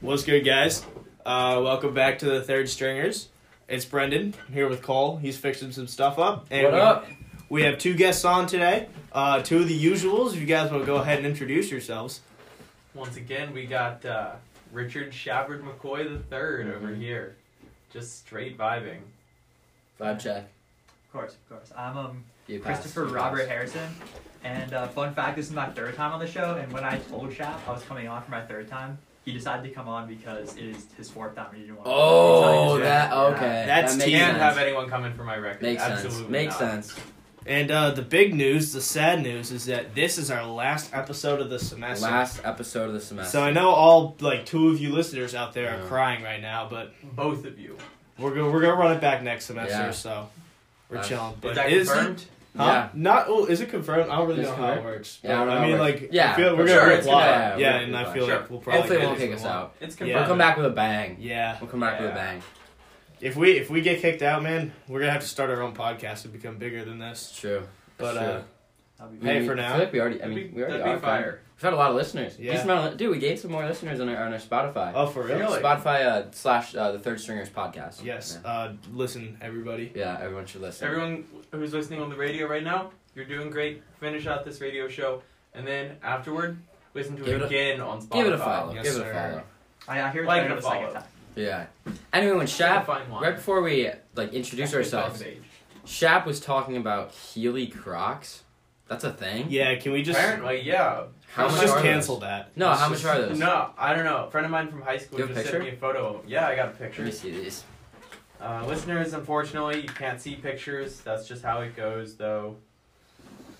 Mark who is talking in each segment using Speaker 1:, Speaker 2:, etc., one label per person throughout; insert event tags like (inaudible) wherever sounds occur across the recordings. Speaker 1: What's good, guys? Uh, welcome back to the Third Stringers. It's Brendan I'm here with Cole. He's fixing some stuff up. And
Speaker 2: What
Speaker 1: we,
Speaker 2: up?
Speaker 1: We have two guests on today. Uh, two of the usuals. If you guys want to go ahead and introduce yourselves.
Speaker 3: Once again, we got uh, Richard Shabard McCoy the 3rd
Speaker 1: Mm-hmm.
Speaker 3: over here, just straight vibing.
Speaker 2: Vibe check.
Speaker 4: Of course, of course. I'm um,
Speaker 2: Be a pass.
Speaker 4: Christopher
Speaker 2: Be a
Speaker 4: Robert
Speaker 2: pass.
Speaker 4: Harrison. And uh, fun fact, this is my third time on the show. And when I told Shap I was coming on for my third time, he decided to come on because it is his fourth time. and He didn't want to
Speaker 2: Oh,
Speaker 1: Yeah.
Speaker 2: that okay.
Speaker 1: That's
Speaker 2: that makes
Speaker 1: tea.
Speaker 3: Can't
Speaker 2: sense.
Speaker 3: have anyone coming for my record.
Speaker 2: Makes
Speaker 3: Absolutely
Speaker 2: sense. Makes
Speaker 3: not.
Speaker 2: sense.
Speaker 1: And uh, the big news, the sad news, is that this is our last episode of the semester.
Speaker 2: Last episode of the semester.
Speaker 1: so I know all like two of you listeners out there are
Speaker 2: Yeah.
Speaker 1: crying right now, but
Speaker 3: Both of you.
Speaker 1: we're gonna we're gonna run it back next semester.
Speaker 2: Yeah.
Speaker 1: So we're
Speaker 2: That's-
Speaker 1: chilling.
Speaker 3: Is
Speaker 1: But
Speaker 3: that
Speaker 1: is
Speaker 3: confirmed?
Speaker 1: Huh?
Speaker 2: Yeah.
Speaker 1: Not. Oh, is it confirmed? I don't really
Speaker 2: It's
Speaker 1: know how it
Speaker 2: confirmed?
Speaker 1: works.
Speaker 2: Yeah,
Speaker 1: But
Speaker 2: I don't
Speaker 1: I,
Speaker 2: know
Speaker 1: mean,
Speaker 2: how it
Speaker 1: like,
Speaker 2: works. Yeah,
Speaker 1: I feel
Speaker 2: for
Speaker 1: we're gonna
Speaker 3: sure, it's
Speaker 1: reply.
Speaker 3: gonna-
Speaker 1: Yeah,
Speaker 2: yeah, we're
Speaker 1: and
Speaker 2: gonna
Speaker 1: I
Speaker 2: reply.
Speaker 1: feel
Speaker 3: Sure.
Speaker 1: like we'll probably.
Speaker 2: Hopefully, it
Speaker 1: get
Speaker 2: won't
Speaker 1: it
Speaker 2: kick
Speaker 1: if
Speaker 2: us
Speaker 1: we want.
Speaker 2: out.
Speaker 3: It's
Speaker 1: Yeah.
Speaker 2: We'll
Speaker 3: confirmed.
Speaker 2: come back with a bang.
Speaker 1: Yeah.
Speaker 2: We'll come back with
Speaker 3: Yeah.
Speaker 2: a bang.
Speaker 1: If we if we get kicked out, man, we're gonna have to start our own podcast to become bigger than this.
Speaker 2: It's true.
Speaker 1: But
Speaker 2: It's true.
Speaker 1: uh,
Speaker 4: That'd be
Speaker 2: I mean,
Speaker 1: hey, for
Speaker 2: I
Speaker 1: now.
Speaker 2: feel like we already. I
Speaker 3: That'd
Speaker 2: mean,
Speaker 3: be-
Speaker 2: we already
Speaker 3: that'd be
Speaker 2: are fine.
Speaker 3: fire.
Speaker 2: We've had a lot of listeners.
Speaker 1: Yeah.
Speaker 2: Decent amount of, dude, we gained some more listeners on our, on our Spotify.
Speaker 1: oh for real.
Speaker 3: Really?
Speaker 2: Spotify uh, slash uh, the Third Stringers podcast.
Speaker 1: Yes.
Speaker 2: Yeah.
Speaker 1: Uh, listen, everybody.
Speaker 2: Yeah, everyone should listen.
Speaker 3: Everyone who's listening on the radio right now, you're doing great. Finish out this radio show, and then afterward, listen to
Speaker 2: Give
Speaker 3: it,
Speaker 2: it a-
Speaker 3: again on Spotify.
Speaker 2: Give it a follow.
Speaker 1: Yes,
Speaker 2: Give it
Speaker 1: sir.
Speaker 2: a follow.
Speaker 4: I, I hear it's
Speaker 3: Like
Speaker 4: better
Speaker 3: and
Speaker 4: the second
Speaker 3: follow.
Speaker 4: time.
Speaker 2: Yeah. Anyway, when
Speaker 3: It's a
Speaker 2: Shap
Speaker 3: fine line.
Speaker 2: Right before we like introduce ourselves, Shap was talking about Healy Crocs. That's a thing.
Speaker 1: Yeah. Can we just
Speaker 3: Apparently, yeah.
Speaker 2: How
Speaker 1: let's
Speaker 2: much
Speaker 1: just
Speaker 2: are
Speaker 1: cancel
Speaker 2: those?
Speaker 1: that?
Speaker 2: No,
Speaker 1: Let's
Speaker 2: how
Speaker 1: just-
Speaker 2: much are those?
Speaker 3: No, I don't know. A friend of mine from high school
Speaker 2: You have a
Speaker 3: just sent me
Speaker 2: picture?
Speaker 3: a photo of him. Yeah, I got a
Speaker 2: Let
Speaker 3: picture.
Speaker 2: me see these.
Speaker 3: Uh, listeners, unfortunately, you can't see pictures. That's just how it goes, though.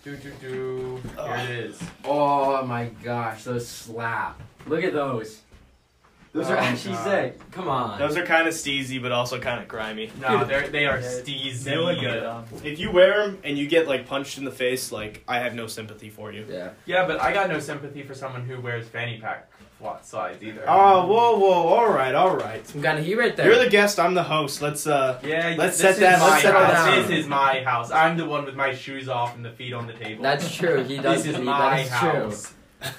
Speaker 3: Do do do. Here it is.
Speaker 5: Oh my gosh, those slap. Look at those. Those
Speaker 3: Oh,
Speaker 5: are actually
Speaker 3: God.
Speaker 5: sick. Come on.
Speaker 1: Those are kind of steezy, but also kind of grimy.
Speaker 3: No, they're, they are
Speaker 4: They-
Speaker 3: steezy.
Speaker 1: they look good.
Speaker 4: Um,
Speaker 1: If you wear them and you get like punched in the face, like I have no sympathy for you.
Speaker 2: Yeah.
Speaker 3: Yeah, but I got no sympathy for someone who wears fanny pack flat slides either.
Speaker 1: Oh, whoa, whoa, all right, all right.
Speaker 2: Some kind of heat right there.
Speaker 1: You're the guest. I'm the host. Let's uh.
Speaker 3: Yeah,
Speaker 1: Let's
Speaker 3: this
Speaker 1: set that- let's
Speaker 3: is my
Speaker 1: settle
Speaker 3: house.
Speaker 2: down.
Speaker 3: This is my house. I'm the one with my shoes off and the feet on the table.
Speaker 2: That's
Speaker 5: (laughs)
Speaker 2: true. He does.
Speaker 3: this is
Speaker 2: he,
Speaker 3: my
Speaker 2: that is
Speaker 3: house.
Speaker 2: true.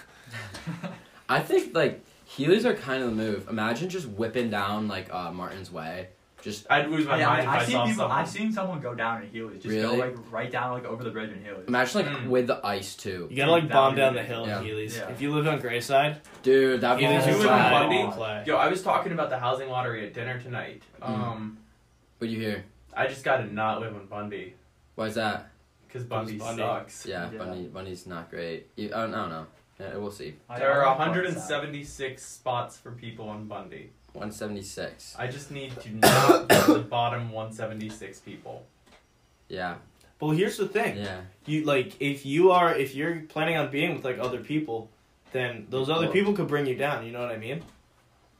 Speaker 2: I think like Heelys are kind of the move. Imagine just whipping down like uh, Martin's Way. Just
Speaker 3: I'd lose
Speaker 4: (laughs)
Speaker 3: my
Speaker 4: Oh, yeah,
Speaker 3: mind (laughs)
Speaker 4: I,
Speaker 3: if I,
Speaker 4: I've seen
Speaker 3: saw
Speaker 4: people.
Speaker 3: someone.
Speaker 4: I've seen someone go down in heelys. Just go
Speaker 2: Really?
Speaker 4: like right down like over the bridge in heelys.
Speaker 2: imagine like
Speaker 3: Mm.
Speaker 1: Hmm.
Speaker 2: with the ice too,
Speaker 1: You gotta like
Speaker 4: That
Speaker 1: bomb
Speaker 4: would be
Speaker 1: down the
Speaker 4: good.
Speaker 1: hill
Speaker 2: Yeah.
Speaker 1: in Healy's.
Speaker 4: Yeah.
Speaker 1: If you lived on Grayside,
Speaker 2: dude. That
Speaker 1: Healy's you
Speaker 4: be
Speaker 3: you
Speaker 1: would
Speaker 3: would
Speaker 4: bad.
Speaker 2: slap.
Speaker 3: be
Speaker 1: Bundy
Speaker 3: fun.
Speaker 1: play.
Speaker 3: Yo, I was talking about the housing lottery at dinner tonight.
Speaker 2: Mm.
Speaker 3: Um,
Speaker 2: What'd you hear?
Speaker 3: I just gotta not live in Bundy
Speaker 2: Why's that?
Speaker 3: because Bundy,
Speaker 1: Bundy.
Speaker 3: sucks.
Speaker 2: Yeah,
Speaker 4: Yeah.
Speaker 2: Bunny. Bunny's not great. You, I, don't, I don't know. Yeah, we'll see.
Speaker 4: I-
Speaker 3: There
Speaker 4: I
Speaker 3: are
Speaker 4: like what's
Speaker 3: 176 spots for people in Bundy.
Speaker 2: One seventy six.
Speaker 3: I just need to not be the bottom 176 people.
Speaker 2: Yeah.
Speaker 1: Well, here's the thing.
Speaker 2: Yeah.
Speaker 1: You like if you are if you're planning on being with like other people, then those other
Speaker 2: Well-
Speaker 1: people could bring you down. You know what I mean?
Speaker 4: up.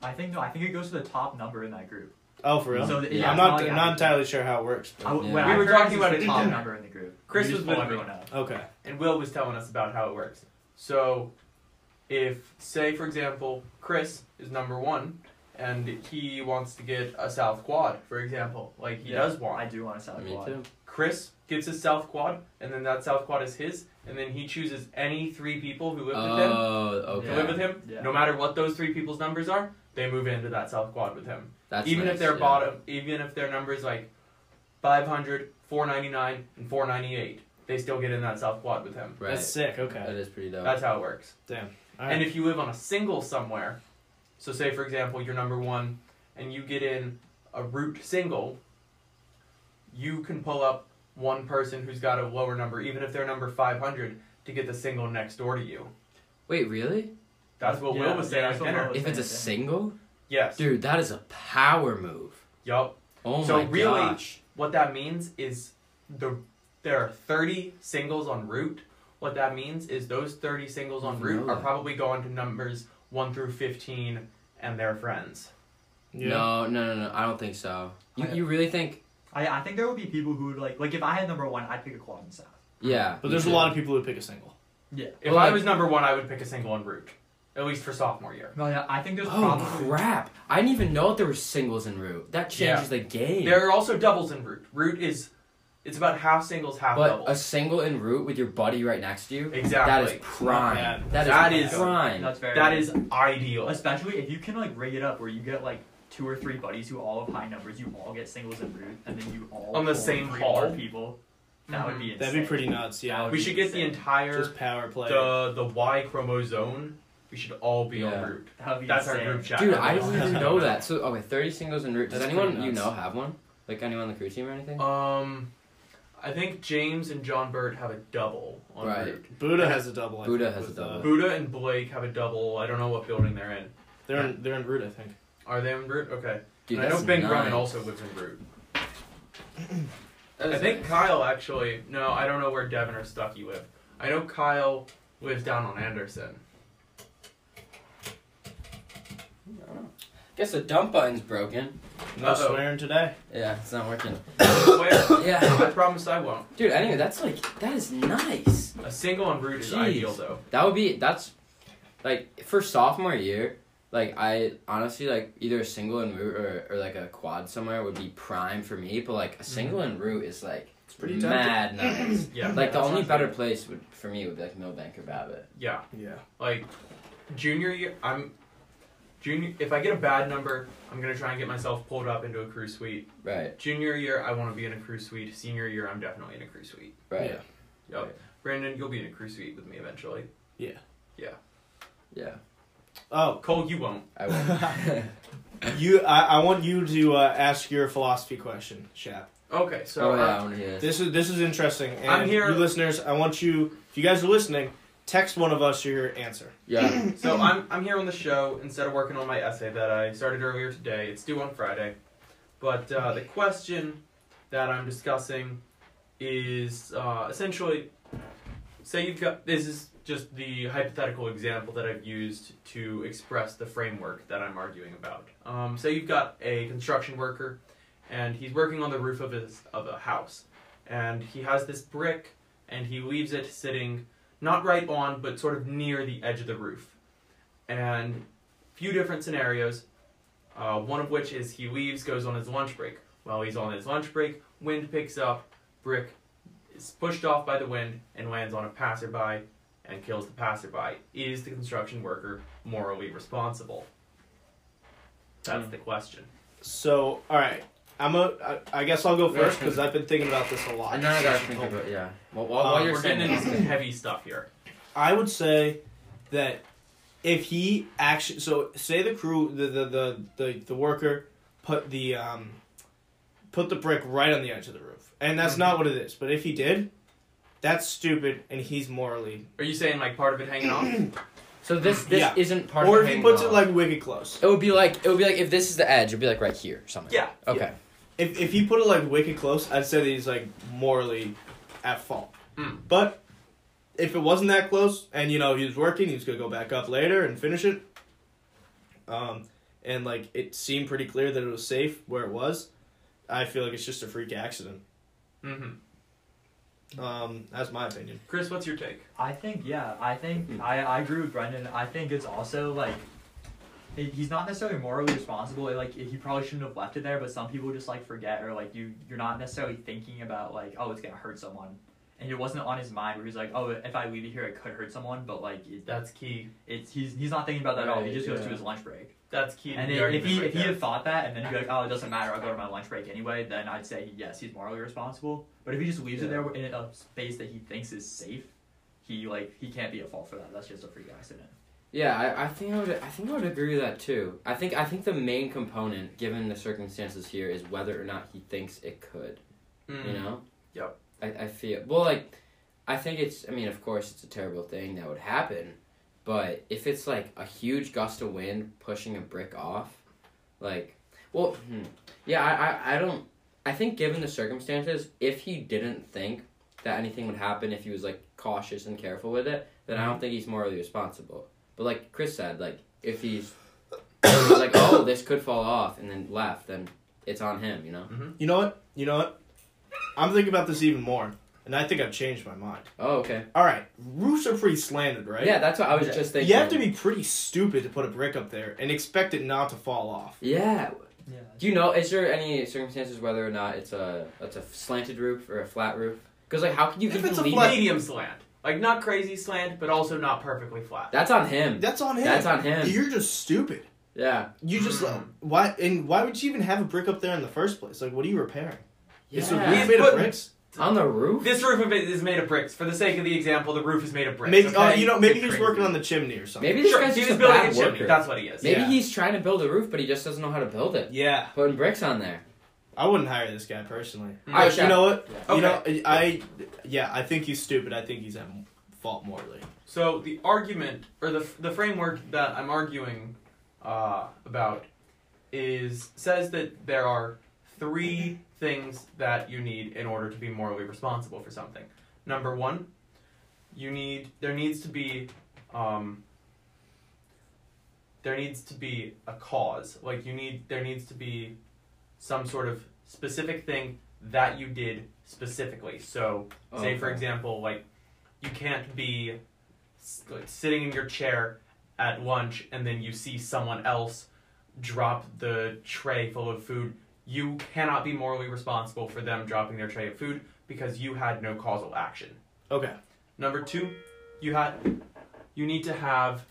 Speaker 4: I think no. I think it goes to the top number in that group.
Speaker 1: Oh, for real?
Speaker 4: So
Speaker 2: Yeah.
Speaker 4: yeah,
Speaker 1: I'm
Speaker 4: it's
Speaker 1: not.
Speaker 4: like
Speaker 1: I'm not
Speaker 4: I-
Speaker 1: entirely sure how it works. But,
Speaker 4: I, when
Speaker 2: Yeah.
Speaker 4: I
Speaker 3: We were
Speaker 4: heard
Speaker 3: talking
Speaker 4: it's
Speaker 3: about it
Speaker 4: the top
Speaker 3: dinner.
Speaker 4: number in the group.
Speaker 3: Chris
Speaker 4: you just
Speaker 3: was
Speaker 4: pull
Speaker 3: with me.
Speaker 4: everyone up.
Speaker 1: okay.
Speaker 3: And Will was telling us about how it works. So, if, say, for example, Chris is number one and he wants to get a South Quad, for example, like he
Speaker 4: Yeah,
Speaker 3: does want.
Speaker 4: I do want to sound
Speaker 2: Me
Speaker 4: quad.
Speaker 2: too.
Speaker 3: Chris gets his South Quad, and then that South Quad is his, and then he chooses any three people who live with him
Speaker 2: Oh,
Speaker 3: to
Speaker 2: okay.
Speaker 3: live with him.
Speaker 4: Uh, Yeah.
Speaker 3: No matter what those three people's numbers are, they move into that South Quad with him.
Speaker 2: That's
Speaker 3: even
Speaker 2: nice,
Speaker 3: if their
Speaker 2: yeah.
Speaker 3: bottom, even if their numbers like 500, 499, and 498, they still get in that South Quad with him.
Speaker 2: Right.
Speaker 1: That's sick.
Speaker 2: That
Speaker 1: Okay.
Speaker 2: is pretty dope.
Speaker 3: That's how it works.
Speaker 1: All right.
Speaker 3: And if you live on a single somewhere, so say for example you're number one, and you get in a root single, you can pull up one person who's got a lower number, even if they're number 500, to get the single next door to you.
Speaker 2: Wait, really?
Speaker 3: That's what
Speaker 4: Yeah,
Speaker 3: Will was saying
Speaker 4: yeah,
Speaker 3: at
Speaker 4: that's what
Speaker 3: dinner.
Speaker 4: Will-
Speaker 2: If it's a
Speaker 4: Yeah.
Speaker 2: single,
Speaker 3: Yes.
Speaker 2: dude, that is a power move.
Speaker 3: Yup.
Speaker 2: Oh
Speaker 3: So
Speaker 2: my
Speaker 3: really-
Speaker 2: gosh.
Speaker 3: What that means is the there are 30 singles on route. What that means is those 30 singles on
Speaker 2: Didn't
Speaker 3: route
Speaker 2: know
Speaker 3: are
Speaker 2: that.
Speaker 3: probably going to numbers 1 through 15 and their friends.
Speaker 1: yeah.
Speaker 2: No, no, no, no. I don't think so. You,
Speaker 3: I-
Speaker 2: you really think?
Speaker 4: I, I think there would be people who would like like if I had number one, I'd pick a quad and south.
Speaker 2: Yeah.
Speaker 1: But there's a lot of people who pick a single.
Speaker 3: If
Speaker 2: Well,
Speaker 3: I
Speaker 2: I-
Speaker 3: was number 1, I would pick a single on route. At least for sophomore year.
Speaker 4: No, yeah, I think there's
Speaker 2: Oh
Speaker 4: probably
Speaker 2: crap! I Hmm. didn't even know that there were singles in route. That changes the game.
Speaker 3: There are also doubles in route. Route is It's about half singles, half
Speaker 2: But a
Speaker 3: doubles.
Speaker 2: single en route with your buddy right next to you, that
Speaker 3: exactly.
Speaker 2: is prime.
Speaker 1: bad.
Speaker 2: That is,
Speaker 3: That is-
Speaker 2: prime.
Speaker 4: That's very.
Speaker 3: That is ideal.
Speaker 4: Especially if you can like rig it up where you get like two or three buddies who all have high numbers, you all get singles and root, and then you all
Speaker 3: On the
Speaker 4: pull
Speaker 3: same
Speaker 4: three
Speaker 3: hall? Mm-hmm.
Speaker 4: more people. That would be insane.
Speaker 1: That'd be pretty nuts. Yeah,
Speaker 4: That
Speaker 3: We should get the
Speaker 4: Insane.
Speaker 3: entire
Speaker 1: just power play.
Speaker 3: the the Y chromosome. We should all be
Speaker 2: Yeah.
Speaker 3: on route.
Speaker 4: That would be
Speaker 3: That's
Speaker 4: insane.
Speaker 3: our group chat.
Speaker 2: Dude, I
Speaker 1: don't
Speaker 2: didn't even know that. So okay, thirty singles en route. Does
Speaker 1: That's
Speaker 2: anyone
Speaker 1: pretty
Speaker 2: you
Speaker 1: nuts.
Speaker 2: know have one? Like anyone on the crew team or anything?
Speaker 3: Um, I think James and John Bird have a double on
Speaker 2: Right.
Speaker 3: route.
Speaker 1: Buddha has a double. I
Speaker 2: Buddha
Speaker 1: think,
Speaker 2: has a
Speaker 1: with,
Speaker 2: double.
Speaker 1: uh,
Speaker 3: Buddha and Blake have a double. I don't know what building they're in.
Speaker 1: they're in, they're in root, I think.
Speaker 3: Are they in route? Okay.
Speaker 2: Dude,
Speaker 3: And I
Speaker 2: that's
Speaker 3: know Ben Grumman
Speaker 2: nine.
Speaker 3: also lives in route.
Speaker 2: That
Speaker 3: I
Speaker 2: is
Speaker 3: think
Speaker 2: nice.
Speaker 3: Kyle actually. No, I don't know where Devin or Stucky live. I know Kyle lives down on Anderson. (coughs)
Speaker 2: Guess the dump button's broken.
Speaker 1: No
Speaker 3: Uh-oh.
Speaker 1: swearing today.
Speaker 2: Yeah, it's not working.
Speaker 3: Where?
Speaker 2: Yeah,
Speaker 3: I promise I won't.
Speaker 2: dude. Anyway, that's like that is nice.
Speaker 3: A single en route is
Speaker 2: Jeez.
Speaker 3: ideal though.
Speaker 2: That would be that's like for sophomore year. Like I honestly like either a single en route or, or like a quad somewhere would be prime for me. But like a single en route is like
Speaker 1: It's pretty
Speaker 2: pretty
Speaker 1: tempting.
Speaker 2: mad nice.
Speaker 3: Yeah.
Speaker 2: Like the
Speaker 3: that
Speaker 2: only
Speaker 3: sounds
Speaker 2: better
Speaker 3: good.
Speaker 2: place would for me would be like Millbank or Babbitt.
Speaker 3: Yeah.
Speaker 1: Yeah.
Speaker 3: Like junior year, I'm junior. If I get a bad number, I'm gonna try and get myself pulled up into a crew suite.
Speaker 2: Right,
Speaker 3: Junior year, I want to be in a crew suite. Senior year, I'm definitely in a crew suite.
Speaker 2: right.
Speaker 1: Yeah.
Speaker 3: Yep. Brandon, you'll be in a crew suite with me eventually.
Speaker 2: Yeah,
Speaker 1: Oh,
Speaker 3: Cole, you won't.
Speaker 2: (laughs) I will.
Speaker 1: you. I, I want you to uh, ask your philosophy question, Shap.
Speaker 3: Okay, so
Speaker 2: oh yeah, I
Speaker 3: uh,
Speaker 2: want to hear this.
Speaker 1: This is this is interesting. And
Speaker 3: I'm here-
Speaker 1: You listeners, I want you. If you guys are listening, text one of us your answer.
Speaker 2: Yeah,
Speaker 3: (laughs) so I'm I'm here on the show instead of working on my essay that I started earlier today. It's due on Friday, but uh, the question that I'm discussing is uh, essentially, say you've got this is just the hypothetical example that I've used to express the framework that I'm arguing about. Um, say you've got a construction worker, and he's working on the roof of his of a house, and he has this brick, and he leaves it sitting not right on, but sort of near the edge of the roof. And a few different scenarios, uh, one of which is he leaves, goes on his lunch break. While he's on his lunch break, wind picks up, brick is pushed off by the wind and lands on a passerby and kills the passerby. Is the construction worker morally responsible? That's the question.
Speaker 1: So, all right. I'm a. I, I guess I'll go first because I've been thinking about this a lot.
Speaker 2: I know I gotta
Speaker 1: since you
Speaker 2: think
Speaker 1: told me.
Speaker 2: about yeah. Well, Oh, while, while
Speaker 1: Um,
Speaker 2: you're
Speaker 3: Uh, We're getting
Speaker 2: saying
Speaker 3: into some
Speaker 2: this,
Speaker 3: heavy stuff here.
Speaker 1: I would say that if he actually, so say the crew, the the the the, the worker put the um put the brick right on the edge of the roof, and that's
Speaker 2: Mm-hmm.
Speaker 1: not what it is. But if he did, that's stupid, and he's morally.
Speaker 3: Are you saying like part of it hanging
Speaker 2: (clears throat)
Speaker 3: off?
Speaker 2: so this this
Speaker 1: Yeah.
Speaker 2: isn't part
Speaker 1: or
Speaker 2: of.
Speaker 1: if he
Speaker 2: hanging
Speaker 1: puts it
Speaker 2: on.
Speaker 1: like wicked close.
Speaker 2: It would be like it would be like if this is the edge, it'd be like right here or something.
Speaker 3: Yeah,
Speaker 2: Okay.
Speaker 1: If if he put it like wicked close, I'd say that he's like morally at fault.
Speaker 3: Mm.
Speaker 1: But if it wasn't that close, and you know he was working, he was gonna go back up later and finish it. Um, and like it seemed pretty clear that it was safe where it was. I feel like it's just a freak accident.
Speaker 3: Mm-hmm.
Speaker 1: Um, that's my opinion.
Speaker 3: Chris, what's your take?
Speaker 4: I think yeah. I
Speaker 2: Mm-hmm.
Speaker 4: think I, I agree with Brendan. I think it's also like he- he's not necessarily morally responsible. Like he probably shouldn't have left it there, but some people just like forget or like you you're not necessarily thinking about like oh it's gonna hurt someone, and it wasn't on his mind where he's like oh if I leave it here it could hurt someone, but like it,
Speaker 3: That's key.
Speaker 4: it's he's he's not thinking about that at all. He
Speaker 2: Right,
Speaker 4: just goes to
Speaker 2: yeah.
Speaker 4: his lunch break.
Speaker 3: That's key. to
Speaker 4: And
Speaker 3: the
Speaker 4: if- if
Speaker 3: argument
Speaker 4: he
Speaker 3: right
Speaker 4: if he
Speaker 3: there.
Speaker 4: had thought that and then be like, oh, it doesn't matter, I'll go to my lunch break anyway, then I'd say yes, he's morally responsible. But if he just leaves it
Speaker 2: Yeah.
Speaker 4: there in a space that he thinks is safe, he like he can't be at fault for that. That's just a freak accident.
Speaker 2: Yeah, I, I think I would I think I would agree with that too. I think I think the main component, given the circumstances here, is whether or not he thinks it could. You
Speaker 3: Mm.
Speaker 2: know.
Speaker 3: Yep.
Speaker 2: I, I feel well like, I think it's I mean of course it's a terrible thing that would happen, but if it's like a huge gust of wind pushing a brick off, like well hmm, yeah I, I I don't I think given the circumstances if he didn't think that anything would happen if he was like cautious and careful with it then I don't think he's morally responsible. But like Chris said, like if he's (coughs) if he's like oh this could fall off and then left then it's on him you know
Speaker 1: You know what? You know what? I'm thinking about this even more. and I think I've changed my mind.
Speaker 2: Oh, okay.
Speaker 1: All right, roofs are pretty slanted, right?
Speaker 2: Yeah, that's what I was
Speaker 4: Yeah.
Speaker 2: just thinking.
Speaker 1: You have to be pretty stupid to put a brick up there and expect it not to fall off.
Speaker 2: Yeah.
Speaker 4: Yeah.
Speaker 2: Do you know? Is there any circumstances whether or not it's a it's a slanted roof or a flat roof? Because like, how can you
Speaker 1: If
Speaker 2: even
Speaker 1: it's a
Speaker 2: leave
Speaker 1: flat-
Speaker 2: it-
Speaker 3: Medium slant. Like, not crazy slant, but also not perfectly flat.
Speaker 2: That's on him.
Speaker 1: That's on him.
Speaker 2: That's on him.
Speaker 1: You're just stupid.
Speaker 2: yeah.
Speaker 1: You just uh,
Speaker 3: Mm.
Speaker 1: why and why would you even have a brick up there in the first place? Like, what are you repairing? It's a
Speaker 2: Yeah.
Speaker 1: roof made of
Speaker 3: But-
Speaker 1: bricks.
Speaker 2: on the roof.
Speaker 3: This roof of it is made of bricks. For the sake of the example, the roof is made of bricks.
Speaker 1: Maybe oh,
Speaker 3: okay?
Speaker 1: you know maybe
Speaker 3: Get
Speaker 1: he's
Speaker 3: crazy.
Speaker 1: working on the chimney or something.
Speaker 2: Maybe this
Speaker 3: Sure,
Speaker 2: guy's
Speaker 3: he
Speaker 2: just
Speaker 3: was
Speaker 2: a
Speaker 3: building
Speaker 2: bad
Speaker 3: a chimney.
Speaker 2: worker.
Speaker 3: That's what he is.
Speaker 2: Maybe
Speaker 1: Yeah.
Speaker 2: he's trying to build a roof, but he just doesn't know how to build it.
Speaker 1: Yeah,
Speaker 2: Putting bricks on there.
Speaker 1: I wouldn't hire this guy personally.
Speaker 3: Mm.
Speaker 1: But
Speaker 2: Okay.
Speaker 1: you know what?
Speaker 5: Yeah.
Speaker 1: You know I yeah I think he's stupid. I think he's at fault morally.
Speaker 3: So the argument or the the framework that I'm arguing uh, about is says that there are three things that you need in order to be morally responsible for something. Number one, you need there needs to be um, there needs to be a cause. Like you need there needs to be some sort of specific thing that you did specifically. So
Speaker 2: Oh,
Speaker 3: Say, for
Speaker 2: okay.
Speaker 3: example, like you can't be s- like, sitting in your chair at lunch and then you see someone else drop the tray full of food. You cannot be morally responsible for them dropping their tray of food because you had no causal action.
Speaker 1: Okay.
Speaker 3: Number two, you had you need to have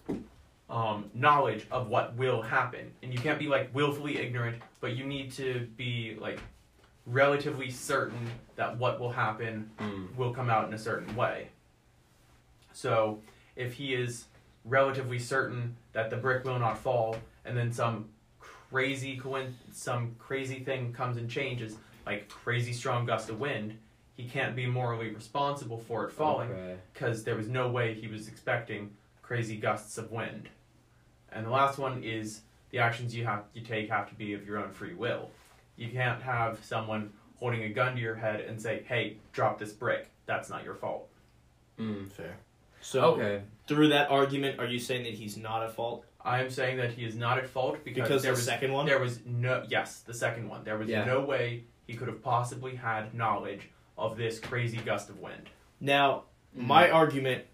Speaker 3: um, knowledge of what will happen, and you can't be like willfully ignorant, but you need to be like relatively certain that what will happen
Speaker 2: Hmm.
Speaker 3: will come out in a certain way. So if he is relatively certain that the brick will not fall, and then some crazy coin- some crazy thing comes and changes, like crazy strong gust of wind, he can't be morally responsible for it falling
Speaker 2: Okay.
Speaker 3: because there was no way he was expecting crazy gusts of wind. And the last one is the actions you have you take have to be of your own free will. You can't have someone holding a gun to your head and say, "Hey, drop this brick." That's not your fault.
Speaker 2: Hmm.
Speaker 1: Fair. So
Speaker 2: Okay.
Speaker 1: through that argument, are you saying that he's not at fault
Speaker 3: I am saying that he is not at fault because,
Speaker 1: because
Speaker 3: there
Speaker 1: the
Speaker 3: was
Speaker 1: second one?
Speaker 3: there was no yes, the second one. There was
Speaker 2: Yeah.
Speaker 3: no way he could have possibly had knowledge of this crazy gust of wind.
Speaker 1: Now, my argument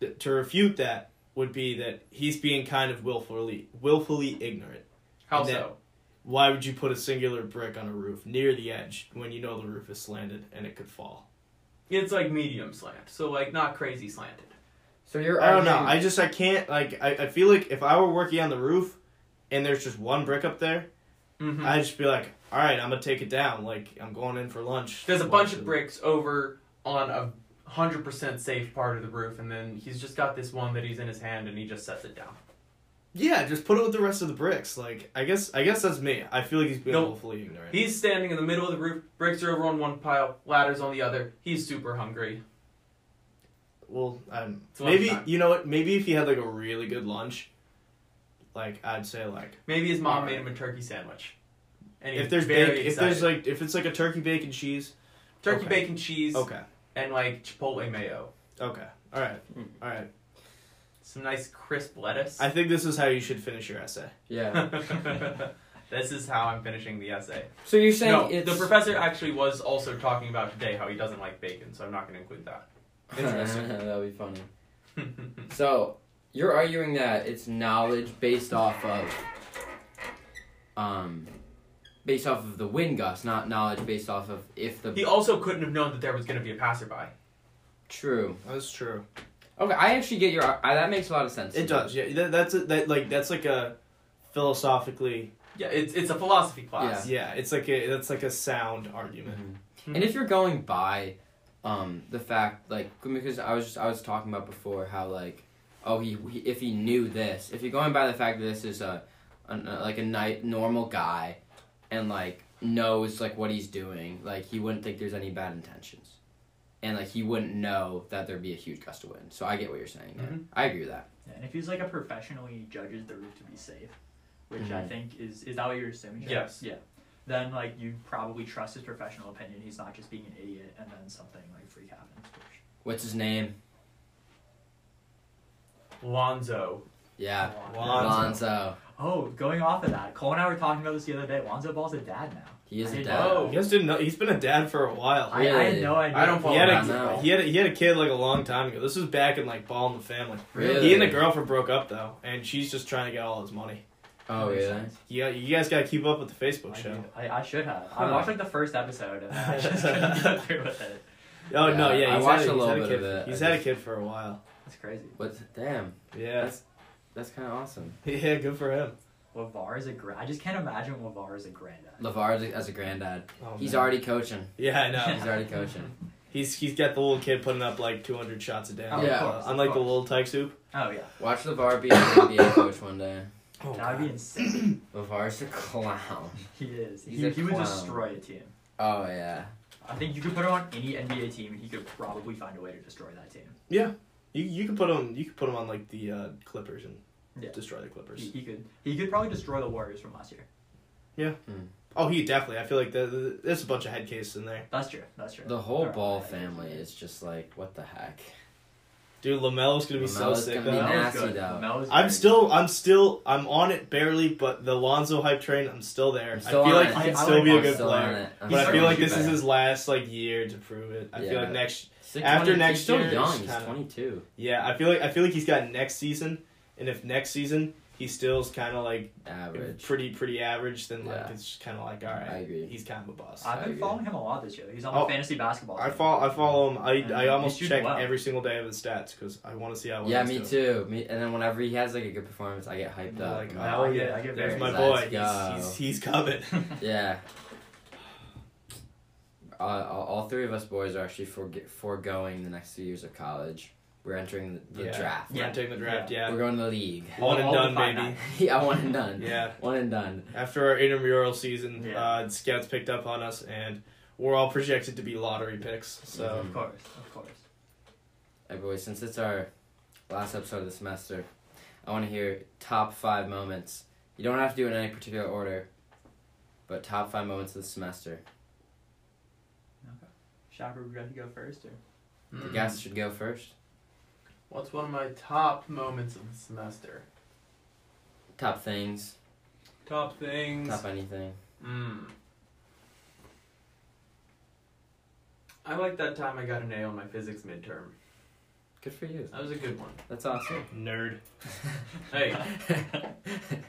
Speaker 1: th- to refute that would be that he's being kind of willfully willfully ignorant.
Speaker 3: How
Speaker 1: And that-
Speaker 3: so?
Speaker 1: Why would you put a singular brick on a roof near the edge when you know the roof is slanted and it could fall?
Speaker 3: It's like medium slant, so like not crazy slanted.
Speaker 2: Mm. So you're.
Speaker 1: I don't know.
Speaker 2: arguing-
Speaker 1: I just I can't like I, I feel like if I were working on the roof and there's just one brick up there,
Speaker 3: Mm-hmm.
Speaker 1: I'd just be like, All right, I'm gonna take it down. Like I'm going in for lunch.
Speaker 3: There's a bunch of bricks over on a hundred percent safe part of the roof, and then he's just got this one that he's in his hand, and he just sets it down.
Speaker 1: Yeah, just put it with the rest of the bricks. Like I guess I guess that's me. I feel like he's being
Speaker 3: No.
Speaker 1: willfully ignorant.
Speaker 3: He's standing in the middle of the roof. Bricks are over on one pile, ladders on the other. He's super hungry.
Speaker 1: Well, um,
Speaker 3: It's
Speaker 1: maybe
Speaker 3: lunchtime.
Speaker 1: you know what? Maybe if he had like a really good lunch, like I'd say like
Speaker 3: Maybe his mom
Speaker 1: Alright.
Speaker 3: made him a turkey sandwich. And he's
Speaker 1: if there's
Speaker 3: very
Speaker 1: bacon, if there's
Speaker 3: excited.
Speaker 1: like if it's like a turkey bacon cheese.
Speaker 3: turkey
Speaker 1: okay.
Speaker 3: bacon cheese
Speaker 1: Okay,
Speaker 3: and like chipotle mayo,
Speaker 1: okay, all right,
Speaker 3: Hmm.
Speaker 2: Mm.
Speaker 1: all right.
Speaker 3: some nice crisp lettuce.
Speaker 1: I think this is how you should finish your essay.
Speaker 2: Yeah.
Speaker 3: (laughs) this is how I'm finishing the essay.
Speaker 2: So you're saying
Speaker 3: no,
Speaker 2: it's
Speaker 3: the
Speaker 2: (laughs)
Speaker 3: professor actually was also talking about today how he doesn't like bacon, so I'm not going to include that.
Speaker 1: Interesting.
Speaker 2: That'd be funny.
Speaker 3: (laughs)
Speaker 2: So you're arguing that it's knowledge based off of, um, based off of the wind gust, not knowledge based off of if the
Speaker 3: He also couldn't have known that there was going to be a passerby.
Speaker 2: true.
Speaker 1: That's true.
Speaker 2: Okay, I actually get your. I, that makes a lot of sense.
Speaker 1: It does. Yeah, that, that's a, that like that's like a philosophically.
Speaker 3: Yeah, it's it's a philosophy class.
Speaker 1: Yeah, it's like a that's like a sound argument.
Speaker 2: And if you're going by um, the fact, like, because I was just, I was talking about before how like, oh, he, he if he knew this, if you're going by the fact that this is a, an, uh like a night normal guy, and like knows like what he's doing, like he wouldn't think there's any bad intentions, and like he wouldn't know that there'd be a huge gust of wind. So I get what you're saying. there.
Speaker 3: Mhm.
Speaker 2: I agree with that.
Speaker 4: Yeah, and if he's like a professional, he judges the roof to be safe, which I
Speaker 2: Mhm.
Speaker 4: think is is that what you're assuming? Jack?
Speaker 3: Yes.
Speaker 4: Yeah. Then like you probably trust his professional opinion. He's not just being an idiot, and then something like freak happens. Which
Speaker 2: What's his name?
Speaker 3: Lonzo
Speaker 2: Yeah.
Speaker 1: Lonzo.
Speaker 2: Lonzo.
Speaker 4: Oh, going off of that, Cole and I were talking about this the other day. Lonzo Ball's a dad now.
Speaker 2: He is
Speaker 4: I
Speaker 2: a
Speaker 4: didn't
Speaker 2: dad.
Speaker 3: know.
Speaker 1: You guys didn't know he's been a dad for a while.
Speaker 4: I, I had
Speaker 2: Really?
Speaker 4: no idea.
Speaker 3: I don't follow
Speaker 1: He had,
Speaker 2: that
Speaker 1: a,
Speaker 2: now.
Speaker 1: he, had a, he had a kid like a long time ago. This was back in like Ball in the Family.
Speaker 2: Really?
Speaker 1: He and the girlfriend broke up though, and she's just trying to get all his money.
Speaker 2: Oh, really?
Speaker 1: Yeah, you guys gotta keep up with the Facebook
Speaker 4: I,
Speaker 1: show.
Speaker 4: do. I, I should have.
Speaker 2: Huh.
Speaker 4: I watched like the first episode and
Speaker 2: (laughs)
Speaker 4: I just couldn't get through with it.
Speaker 1: Oh no,
Speaker 2: Yeah, I
Speaker 1: yeah, he's
Speaker 2: watched
Speaker 1: had
Speaker 2: a
Speaker 1: he's
Speaker 2: little
Speaker 1: had
Speaker 2: bit
Speaker 1: kid-
Speaker 2: of it.
Speaker 1: He's
Speaker 2: I
Speaker 1: had a
Speaker 2: just-
Speaker 1: kid for a while.
Speaker 4: That's crazy.
Speaker 2: But damn,
Speaker 1: Yeah,
Speaker 2: that's that's kind of awesome.
Speaker 1: (laughs) yeah, good for him.
Speaker 4: Lavar is a gra- I just can't imagine Lavar is a granddad.
Speaker 2: Lavar as a granddad,
Speaker 1: Oh,
Speaker 2: he's
Speaker 1: man.
Speaker 2: already coaching.
Speaker 1: Yeah, I know.
Speaker 2: (laughs) He's
Speaker 1: (laughs)
Speaker 2: already coaching.
Speaker 1: He's he's got the little kid putting up like 200 shots a day.
Speaker 4: Oh,
Speaker 2: of Yeah.
Speaker 4: course, of
Speaker 1: unlike the
Speaker 4: course.
Speaker 1: little tyke soup.
Speaker 4: Oh yeah,
Speaker 2: Watch Lavar be an NBA coach one day.
Speaker 1: Oh,
Speaker 4: that would be insane.
Speaker 2: Lavar's a clown.
Speaker 4: he is.
Speaker 2: He's
Speaker 4: he
Speaker 2: a
Speaker 4: he would
Speaker 2: clown.
Speaker 4: destroy a team.
Speaker 2: Oh yeah.
Speaker 4: I think you could put him on any NBA team, and he could probably find a way to destroy that team.
Speaker 1: you you could put him you could put him on like the uh, Clippers and
Speaker 4: Yeah.
Speaker 1: destroy the
Speaker 4: He,
Speaker 1: Clippers.
Speaker 4: he could. He could probably destroy the Warriors from last year.
Speaker 1: Oh, he definitely. I feel like the, the, there's a bunch of head cases in there.
Speaker 4: That's true. That's true.
Speaker 2: The whole
Speaker 4: Or-
Speaker 2: Ball family is just like what the heck.
Speaker 1: Dude, Lamelo's gonna be so
Speaker 2: LaMelo's
Speaker 1: sick.
Speaker 2: gonna be
Speaker 1: though.
Speaker 4: Mel is
Speaker 2: nasty,
Speaker 4: good.
Speaker 2: though.
Speaker 4: Mel is
Speaker 1: I'm
Speaker 4: good.
Speaker 1: still, I'm still, I'm on it barely, but the Lonzo hype train, I'm still there.
Speaker 2: I'm still
Speaker 1: I feel
Speaker 2: on
Speaker 1: like
Speaker 4: it.
Speaker 1: he can
Speaker 4: I- I
Speaker 1: still
Speaker 4: like-
Speaker 1: be a
Speaker 4: I'm
Speaker 1: good
Speaker 2: still on
Speaker 1: player.
Speaker 2: it. I'm
Speaker 1: But I
Speaker 2: still
Speaker 1: feel
Speaker 2: on
Speaker 1: like
Speaker 2: it
Speaker 1: this is
Speaker 2: bad.
Speaker 1: his last like year to prove it. I feel
Speaker 2: Yeah.
Speaker 1: like next,
Speaker 2: He's like
Speaker 1: after
Speaker 2: 20
Speaker 1: next
Speaker 2: he's still
Speaker 1: year,
Speaker 2: young.
Speaker 1: it's
Speaker 2: He's
Speaker 1: kinda-
Speaker 2: 22.
Speaker 1: yeah, I feel like I feel like he's got next season, and if next season he still's kind of like
Speaker 2: Average.
Speaker 1: pretty pretty average, then like
Speaker 2: Yeah.
Speaker 1: it's kind of like all right,
Speaker 2: I agree.
Speaker 1: he's kind of a boss. I,
Speaker 4: I've been
Speaker 2: I-
Speaker 4: following him a lot this year. He's on
Speaker 1: Oh,
Speaker 4: my fantasy basketball. team.
Speaker 1: follow I follow him. I
Speaker 4: And
Speaker 1: I
Speaker 4: he
Speaker 1: almost
Speaker 4: shoots
Speaker 1: check
Speaker 4: well.
Speaker 1: every single day of his stats because I want to see how.
Speaker 2: Yeah,
Speaker 1: he's
Speaker 2: me
Speaker 1: doing.
Speaker 2: too. Me, and then whenever he has like a good performance, I get hyped up.
Speaker 1: Like,
Speaker 2: I'm
Speaker 1: oh
Speaker 4: I get-
Speaker 1: yeah,
Speaker 4: I get
Speaker 1: there's
Speaker 4: very
Speaker 1: my
Speaker 2: excited.
Speaker 1: boy.
Speaker 2: Let's
Speaker 1: He's,
Speaker 2: go.
Speaker 1: he's he's coming.
Speaker 4: (laughs)
Speaker 2: Yeah. Uh, all all three of us boys are actually forge- foregoing the next few years of college. We're entering the, the
Speaker 1: Yeah.
Speaker 2: draft.
Speaker 1: We're
Speaker 4: Yeah.
Speaker 1: taking the draft. Yeah,
Speaker 2: We're going to the league. (laughs)
Speaker 1: one and
Speaker 4: All- all
Speaker 1: done,
Speaker 4: the fine
Speaker 1: baby.
Speaker 2: yeah, one and done.
Speaker 1: Yeah.
Speaker 2: One and done.
Speaker 1: After our intramural season,
Speaker 4: Yeah.
Speaker 1: uh, scouts picked up on us, and we're all projected to be lottery picks. So
Speaker 2: Mhm.
Speaker 4: Of course, of course.
Speaker 2: Hey, boys, since it's our last episode of the semester, I want to hear top five moments. You don't have to do it in any particular order, but top five moments of the semester.
Speaker 4: Shopper, would you like to go first, or
Speaker 1: Mm-hmm.
Speaker 2: The guest should go first.
Speaker 3: Hmm. What's one of my top moments of the semester?
Speaker 2: Top things,
Speaker 3: Top things.
Speaker 2: top anything.
Speaker 3: Mm. I like that time I got an A on my physics midterm.
Speaker 2: Good for you.
Speaker 3: That was a good one.
Speaker 2: That's awesome.
Speaker 1: (laughs)
Speaker 4: Mm-hmm.
Speaker 1: nerd.
Speaker 3: Hey,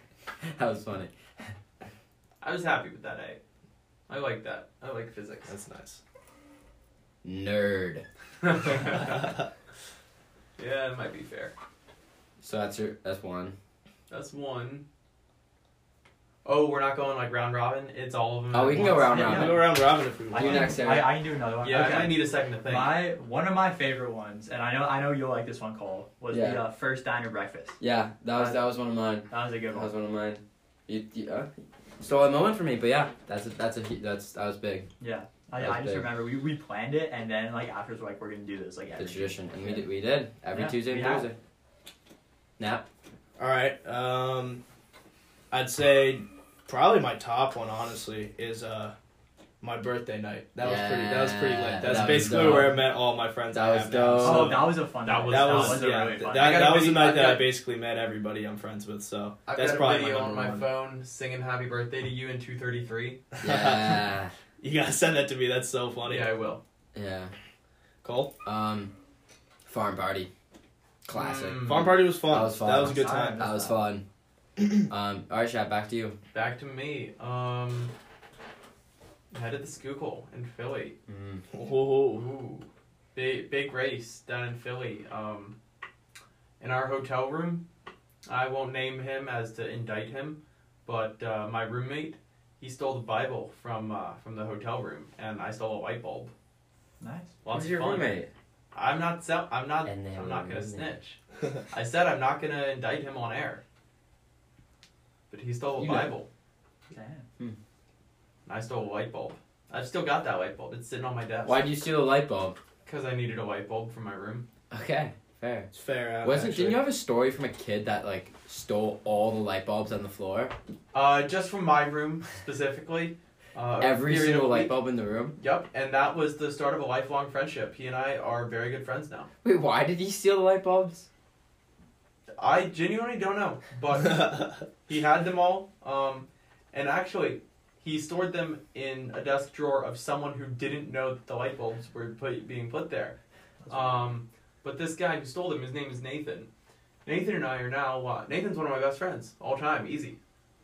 Speaker 2: (laughs) that was funny.
Speaker 3: I was happy with that A. I like that. I like physics.
Speaker 1: That's
Speaker 4: (laughs)
Speaker 1: nice.
Speaker 2: Nerd.
Speaker 3: (laughs)
Speaker 1: (laughs)
Speaker 3: yeah, it might be fair.
Speaker 2: So that's your that's one.
Speaker 3: That's one. Oh, we're not going like round robin. It's all of them.
Speaker 2: Oh, we
Speaker 3: at
Speaker 2: can go
Speaker 3: once?
Speaker 2: round
Speaker 4: Yeah.
Speaker 1: We'll
Speaker 2: robin.
Speaker 1: go around robin if we
Speaker 4: I
Speaker 2: You
Speaker 4: can-
Speaker 1: want.
Speaker 2: next, Eric.
Speaker 4: I, I can do another one.
Speaker 3: Yeah,
Speaker 4: okay.
Speaker 3: I might need a second to think.
Speaker 4: My one of my favorite ones, and I know I know you'll like this one, Cole, was
Speaker 2: Yeah.
Speaker 4: the uh, first diner breakfast.
Speaker 2: Yeah, that was that was one of mine.
Speaker 4: That was a good
Speaker 2: That was
Speaker 4: one.
Speaker 2: one of mine. You, you uh, stole a moment from me, but yeah, that's a, that's a hu- that's that was big.
Speaker 4: Yeah, I,
Speaker 2: That was
Speaker 4: I just
Speaker 2: big.
Speaker 4: remember we, we planned it, and then like afterwards, like we're gonna do this like
Speaker 2: The
Speaker 4: every
Speaker 2: tradition, and we did we did every
Speaker 4: Yeah,
Speaker 2: Tuesday and
Speaker 4: yeah.
Speaker 2: Thursday. Nap.
Speaker 1: All right. Um, I'd say probably my top one honestly is uh my birthday night. That was pretty. That was pretty
Speaker 2: Yeah,
Speaker 1: lit. That's
Speaker 2: that was
Speaker 1: basically
Speaker 2: dope.
Speaker 1: where I met all my friends.
Speaker 2: That
Speaker 1: I
Speaker 2: was
Speaker 1: have now.
Speaker 2: dope.
Speaker 4: Oh,
Speaker 1: So
Speaker 4: that was a fun.
Speaker 3: That
Speaker 4: night.
Speaker 3: was-
Speaker 1: that
Speaker 4: that
Speaker 1: was,
Speaker 4: was a
Speaker 1: yeah,
Speaker 4: really
Speaker 1: th-
Speaker 4: fun.
Speaker 1: that,
Speaker 3: I got a
Speaker 1: that was the
Speaker 3: video-
Speaker 1: night
Speaker 3: I've
Speaker 1: that
Speaker 3: got-
Speaker 1: I basically met everybody I'm friends with. So
Speaker 3: I've
Speaker 1: that's
Speaker 3: got a
Speaker 1: probably
Speaker 3: video
Speaker 1: my
Speaker 3: on
Speaker 1: number
Speaker 3: my
Speaker 1: one.
Speaker 3: phone singing "Happy Birthday to You" in two thirty three.
Speaker 1: (laughs)
Speaker 2: Yeah,
Speaker 1: You gotta send that to me. That's so funny.
Speaker 3: Yeah, I will.
Speaker 2: yeah.
Speaker 1: Cole,
Speaker 2: Um, farm party, classic.
Speaker 3: Mm.
Speaker 1: farm party was fun.
Speaker 2: That was fun.
Speaker 1: a good
Speaker 4: Sorry.
Speaker 1: time.
Speaker 2: That was fun. um, all right, chat. Back to you.
Speaker 3: Back to me. Um, headed the Schuylkill in Philly.
Speaker 2: Mm.
Speaker 1: Whoa. (laughs)
Speaker 3: Ooh, big big race down in Philly. Um, in our hotel room, I won't name him as to indict him, but uh, my roommate he stole the Bible from uh, from the hotel room, and I stole a light bulb.
Speaker 4: nice.
Speaker 3: Lots
Speaker 2: Who's
Speaker 3: of
Speaker 2: your
Speaker 3: fun.
Speaker 2: roommate?
Speaker 3: I'm not. Sell- I'm not.
Speaker 2: And they
Speaker 3: I'm
Speaker 2: were
Speaker 3: not gonna
Speaker 2: roommate.
Speaker 3: snitch. I said I'm not gonna indict him on air. But he stole a
Speaker 2: You know.
Speaker 3: Bible,
Speaker 4: Damn.
Speaker 3: and I stole a light bulb. I've still got that light bulb. It's sitting on my desk.
Speaker 2: Why'd you steal a light bulb?
Speaker 3: Because I needed a light bulb for my room.
Speaker 2: Okay, fair.
Speaker 1: It's fair. out,
Speaker 2: Wasn't
Speaker 1: actually.
Speaker 2: didn't you have a story from a kid that like stole all the light bulbs on the floor?
Speaker 3: Uh, just from my room specifically. Uh,
Speaker 2: (laughs) Every
Speaker 3: period of
Speaker 2: single light
Speaker 3: week.
Speaker 2: bulb in the room.
Speaker 3: Yep, and that was the start of a lifelong friendship. He and I are very good friends now.
Speaker 2: Wait, why did he steal the light bulbs?
Speaker 3: I genuinely don't know, but
Speaker 2: (laughs)
Speaker 1: (laughs)
Speaker 3: he had them all. Um, and actually, he stored them in a desk drawer of someone who didn't know that the light bulbs were put, being put there. Um, but this guy who stole them, his name is Nathan. Nathan and I are now. Uh, Nathan's one of my best friends all time, easy.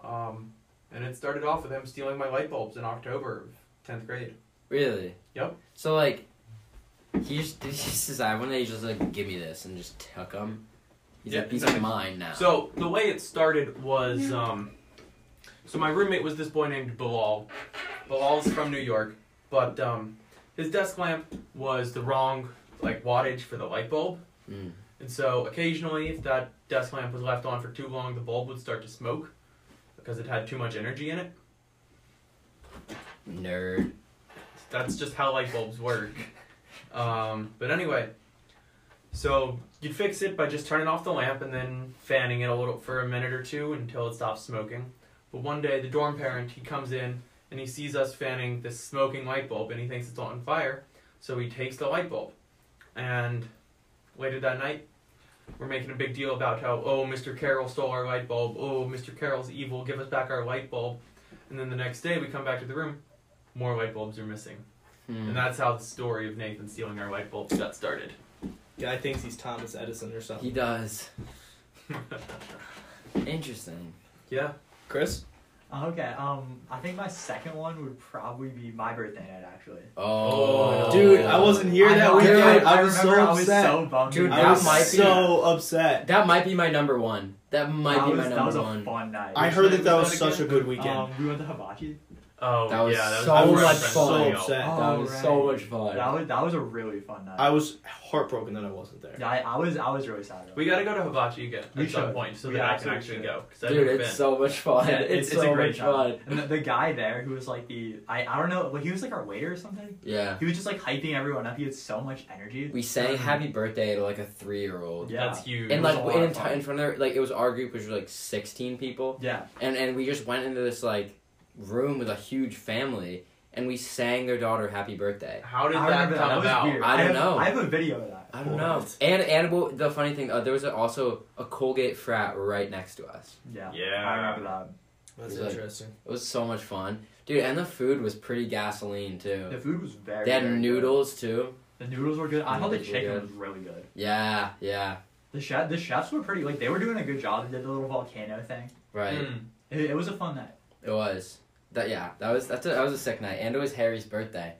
Speaker 3: Um, and it started off with him stealing my light bulbs in October of tenth grade.
Speaker 2: Really?
Speaker 3: Yep.
Speaker 2: So like, he just (laughs) did he just decide one day he's just like, give me this and just took him. He's
Speaker 3: Yeah,
Speaker 2: like, these
Speaker 3: exactly.
Speaker 2: are mine now.
Speaker 3: So the way it started was, um, so my roommate was this boy named Bilal. Bilal's from New York, but um, his desk lamp was the wrong like wattage for the light bulb,
Speaker 2: Mm.
Speaker 3: and so occasionally if that desk lamp was left on for too long, the bulb would start to smoke because it had too much energy in it.
Speaker 2: nerd.
Speaker 3: That's just how light bulbs work. Um, but anyway, so you'd fix it by just turning off the lamp and then fanning it a little for a minute or two until it stops smoking. But one day, the dorm parent he comes in and he sees us fanning this smoking light bulb and he thinks it's on fire, so he takes the light bulb. And later that night, we're making a big deal about how oh Mr. Carroll stole our light bulb, oh Mr. Carroll's evil, give us back our light bulb. And then the next day, we come back to the room, more light bulbs are missing. And
Speaker 2: Hmm.
Speaker 3: that's how the story of Nathan stealing our light bulbs got started.
Speaker 1: Guy thinks he's Thomas Edison or
Speaker 2: He
Speaker 1: something.
Speaker 2: does. Interesting.
Speaker 3: yeah.
Speaker 1: Chris?
Speaker 4: Okay, um, I think my second one would probably be my birthday night, actually.
Speaker 2: Oh,
Speaker 3: Oh.
Speaker 1: Dude, I wasn't here
Speaker 4: I
Speaker 1: that
Speaker 4: know, I
Speaker 1: weekend.
Speaker 4: remember-
Speaker 1: I, was so
Speaker 4: remember I was
Speaker 1: upset.
Speaker 4: so bummed.
Speaker 2: Dude,
Speaker 1: I
Speaker 2: that
Speaker 1: was
Speaker 2: might be-
Speaker 1: so upset.
Speaker 2: That might be my number one. That might
Speaker 4: That
Speaker 2: be
Speaker 4: was-
Speaker 2: my
Speaker 4: that was
Speaker 2: number
Speaker 4: a
Speaker 2: one.
Speaker 4: fun night.
Speaker 1: I
Speaker 3: Which
Speaker 1: heard
Speaker 3: night
Speaker 1: that that
Speaker 3: was
Speaker 1: was
Speaker 3: that
Speaker 1: such a
Speaker 3: again?
Speaker 1: good weekend.
Speaker 4: Um, we went to hibachi.
Speaker 3: Oh,
Speaker 2: That was
Speaker 3: yeah. That was
Speaker 2: so
Speaker 3: I was
Speaker 1: much
Speaker 3: friends
Speaker 1: fun.
Speaker 3: with
Speaker 1: So
Speaker 3: Leo.
Speaker 1: upset.
Speaker 2: That
Speaker 4: Oh,
Speaker 2: was
Speaker 4: right.
Speaker 2: so much fun.
Speaker 4: That was that was a really fun night.
Speaker 1: I was heartbroken that I wasn't there.
Speaker 4: yeah, I, I was I was really sad. About
Speaker 3: We
Speaker 4: it.
Speaker 3: gotta go to Hibachi again at
Speaker 4: We
Speaker 3: some
Speaker 4: should.
Speaker 3: point so
Speaker 4: We
Speaker 3: that I can
Speaker 4: absolutely
Speaker 3: actually
Speaker 4: should.
Speaker 3: go. 'cause I've
Speaker 2: Dude,
Speaker 3: never
Speaker 2: it's
Speaker 3: been.
Speaker 2: so much fun.
Speaker 4: Yeah,
Speaker 2: it's,
Speaker 4: it's
Speaker 2: so
Speaker 4: a great
Speaker 2: much fun.
Speaker 4: time. And the, the guy there who was like the I, I don't know like he was like our waiter or something.
Speaker 2: Yeah.
Speaker 4: He was just like hyping everyone up. He had so much energy.
Speaker 2: We sang "Happy Birthday" to like a three-year-old.
Speaker 4: Um, Yeah.
Speaker 3: That's huge.
Speaker 2: And
Speaker 4: was
Speaker 2: like
Speaker 4: a lot
Speaker 2: in,
Speaker 4: of
Speaker 2: in
Speaker 4: fun.
Speaker 2: front of their, like it was our group which was like sixteen people
Speaker 4: Yeah,
Speaker 2: and and we just went into this like room with a huge family and we sang their daughter happy birthday.
Speaker 3: how did
Speaker 4: I
Speaker 3: that
Speaker 4: remember that. That
Speaker 3: come
Speaker 4: was
Speaker 3: about?
Speaker 4: weird.
Speaker 2: I don't
Speaker 4: have,
Speaker 2: know.
Speaker 4: I have a video of that.
Speaker 2: I don't know. And and well, the funny thing uh, there was also a Colgate frat right next to us.
Speaker 4: Yeah,
Speaker 3: Yeah.
Speaker 4: I remember that.
Speaker 1: That's
Speaker 2: Really?
Speaker 1: interesting.
Speaker 2: It was so much fun, dude. And the food was pretty gasoline too.
Speaker 4: The food was very.
Speaker 2: They had
Speaker 4: very good.
Speaker 2: noodles too.
Speaker 4: The noodles were good. I thought the
Speaker 2: Noodles were
Speaker 4: chicken
Speaker 2: good.
Speaker 4: was really good.
Speaker 2: Yeah, yeah,
Speaker 4: The chef, the chefs were pretty like they were doing a good job. They did the little volcano thing.
Speaker 2: right.
Speaker 3: Mm.
Speaker 4: It, it was a fun night.
Speaker 2: It was that. Yeah, that was that's a, that was a sick night. And it was Harry's birthday.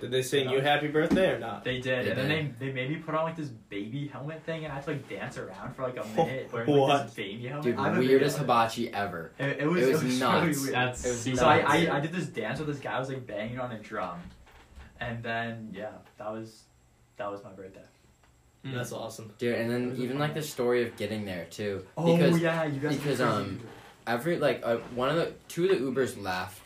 Speaker 1: Did they sing you happy birthday or not?
Speaker 4: They did,
Speaker 2: They
Speaker 4: and then they they made me put on like this baby helmet thing and I had to like dance around for like (laughs) a minute wearing like this baby helmet.
Speaker 2: Dude,
Speaker 4: I have a video
Speaker 2: weirdest
Speaker 4: of it.
Speaker 2: hibachi ever.
Speaker 4: It, it was,
Speaker 2: It
Speaker 4: it
Speaker 2: was
Speaker 4: was,
Speaker 2: nuts.
Speaker 4: really weird.
Speaker 3: That's
Speaker 2: It was
Speaker 4: So I,
Speaker 2: nuts.
Speaker 4: I, I did this dance with this guy who was like banging on a drum, and then yeah, that was that was my birthday.
Speaker 3: Mm.
Speaker 1: That's awesome.
Speaker 2: Dude, and
Speaker 4: It
Speaker 2: then
Speaker 4: was a
Speaker 2: even
Speaker 4: fun
Speaker 2: like the
Speaker 4: night.
Speaker 2: story of getting there too,
Speaker 4: Oh
Speaker 2: because
Speaker 4: yeah, you guys. were
Speaker 2: because,
Speaker 4: crazy.
Speaker 2: um, every like uh, one of the two of the Ubers left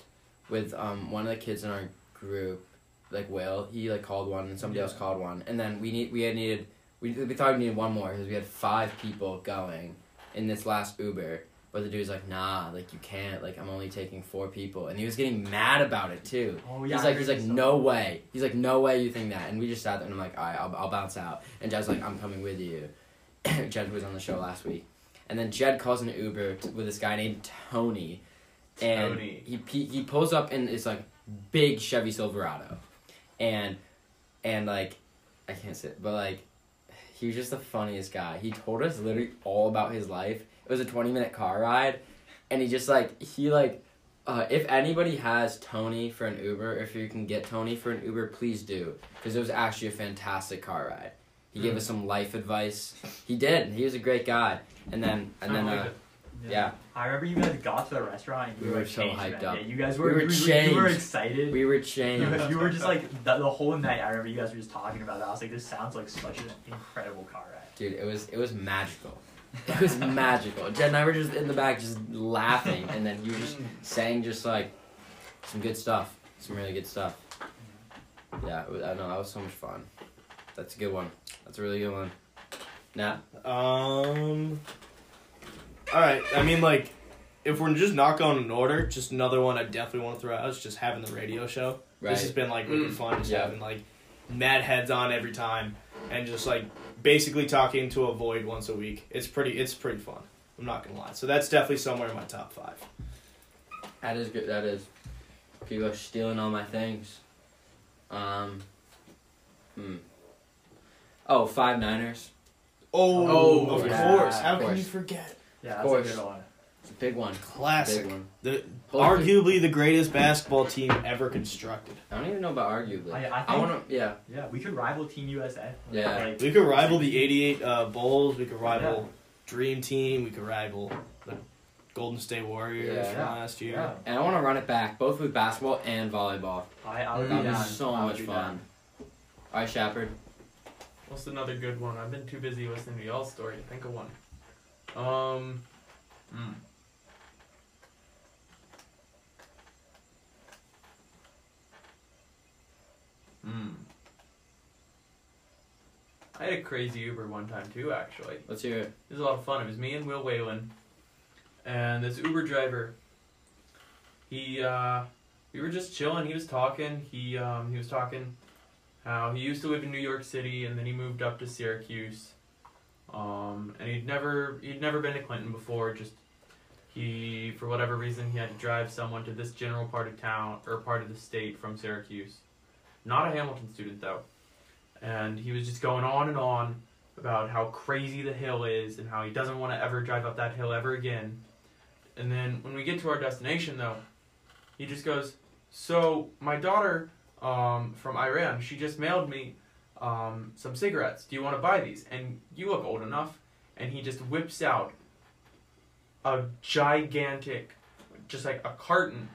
Speaker 2: with um one of the kids in our group, like Will. He like called one, and somebody
Speaker 4: Yeah.
Speaker 2: else called one, and then we need we had needed we we thought we needed one more because we had five people going in this last Uber. But the dude's like, nah, like you can't, like I'm only taking four people, and he was getting mad about it too.
Speaker 4: oh yeah,
Speaker 2: he's
Speaker 4: I
Speaker 2: like,
Speaker 4: heard
Speaker 2: he's like,
Speaker 4: this
Speaker 2: no
Speaker 4: song.
Speaker 2: way. He's like, no way you think that. And we just sat there, and I'm like, all right, I'll, I'll bounce out. And Jed's like, I'm coming with you. (coughs) Jed was on the show last week, and then Jed calls an Uber t- with this guy named Tony, and
Speaker 3: Tony.
Speaker 2: he he he pulls up in this like big Chevy Silverado, and and like I can't say, it, but like he was just the funniest guy. He told us literally all about his life. It was a twenty minute car ride, and he just like he like uh, if anybody has Tony for an Uber, if you can get Tony for an Uber, please do, because it was actually a fantastic car ride. He
Speaker 3: Hmm.
Speaker 2: gave us some life advice. He did. He was a great guy. And then and then
Speaker 3: I like
Speaker 2: uh,
Speaker 3: it.
Speaker 2: yeah,
Speaker 4: I remember you guys got to the restaurant. And you
Speaker 2: We were
Speaker 4: like,
Speaker 2: so
Speaker 4: changed,
Speaker 2: hyped
Speaker 4: man.
Speaker 2: up.
Speaker 4: Yeah, you guys
Speaker 2: We
Speaker 4: were
Speaker 2: were
Speaker 4: you, You were
Speaker 2: changed.
Speaker 4: excited.
Speaker 2: we were
Speaker 4: (laughs) you,
Speaker 2: changed.
Speaker 3: (laughs)
Speaker 4: were- you were just like the, the whole night. I remember you guys were just talking about that. I was like, this sounds like such an incredible car ride.
Speaker 2: Dude, it was it was magical. It was magical. Jed and I were just in the back, just laughing, and then you were just saying just like some good stuff, some really good stuff. Yeah, it was, I know that was so much fun. That's a good one. That's a really good one. Nah,
Speaker 1: Um. All right. I mean, like, if we're just not going in order, just another one I definitely want to throw out is just having the radio show.
Speaker 2: right?
Speaker 1: This has been like really
Speaker 3: Mm.
Speaker 1: fun. Just
Speaker 2: Yeah.
Speaker 1: having like mad heads on every time. and just like basically talking to a void once a week. It's pretty. It's pretty fun. I'm not gonna lie. So that's definitely somewhere in my top five.
Speaker 2: That is good. That is. People are stealing all my things. Um. Hmm. Oh, five Niners.
Speaker 1: Oh,
Speaker 3: Oh,
Speaker 1: of
Speaker 2: yeah,
Speaker 1: course.
Speaker 4: of
Speaker 1: How can
Speaker 2: course.
Speaker 1: you forget?
Speaker 4: Yeah, that's
Speaker 2: course.
Speaker 4: a good one.
Speaker 2: It's a big one.
Speaker 1: Classic.
Speaker 2: Big one.
Speaker 1: The
Speaker 2: Hopefully-
Speaker 1: arguably the greatest basketball team ever constructed.
Speaker 2: I don't even know about arguably.
Speaker 4: I- I
Speaker 2: I
Speaker 4: think-
Speaker 2: want to. Yeah.
Speaker 4: Yeah, we could rival Team USA.
Speaker 2: Yeah.
Speaker 4: Like,
Speaker 1: We could rival the '88 uh, Bulls. We could rival Dream Team. We could rival the Golden State Warriors
Speaker 2: Yeah.
Speaker 1: from
Speaker 4: Yeah.
Speaker 1: last year.
Speaker 4: yeah.
Speaker 2: And I want to run it back, both with basketball and volleyball.
Speaker 4: I, I would be
Speaker 2: That
Speaker 4: down.
Speaker 2: was so
Speaker 4: I would
Speaker 2: much
Speaker 4: be
Speaker 2: fun.
Speaker 4: down.
Speaker 2: All right, Shepard.
Speaker 3: What's another good one? I've been too busy listening to y'all's story to think of one. Um, hmm. Hmm. I had a crazy Uber one time too, actually.
Speaker 2: Let's hear it.
Speaker 3: It was a lot of fun. It was me and Will Whalen, and this Uber driver. He, uh, we were just chilling. He was talking. He, um, he was talking how he used to live in New York City, and then he moved up to Syracuse. Um, and he'd never, he'd never been to Clinton before. Just he, for whatever reason, he had to drive someone to this general part of town or part of the state from Syracuse. Not a Hamilton student though, and he was just going on and on about how crazy the hill is and how he doesn't want to ever drive up that hill ever again. And then when we get to our destination, though, he just goes, "So my daughter um, from Iran, she just mailed me um, some cigarettes. Do you want to buy these? And you look old enough." And he just whips out a gigantic, just like a carton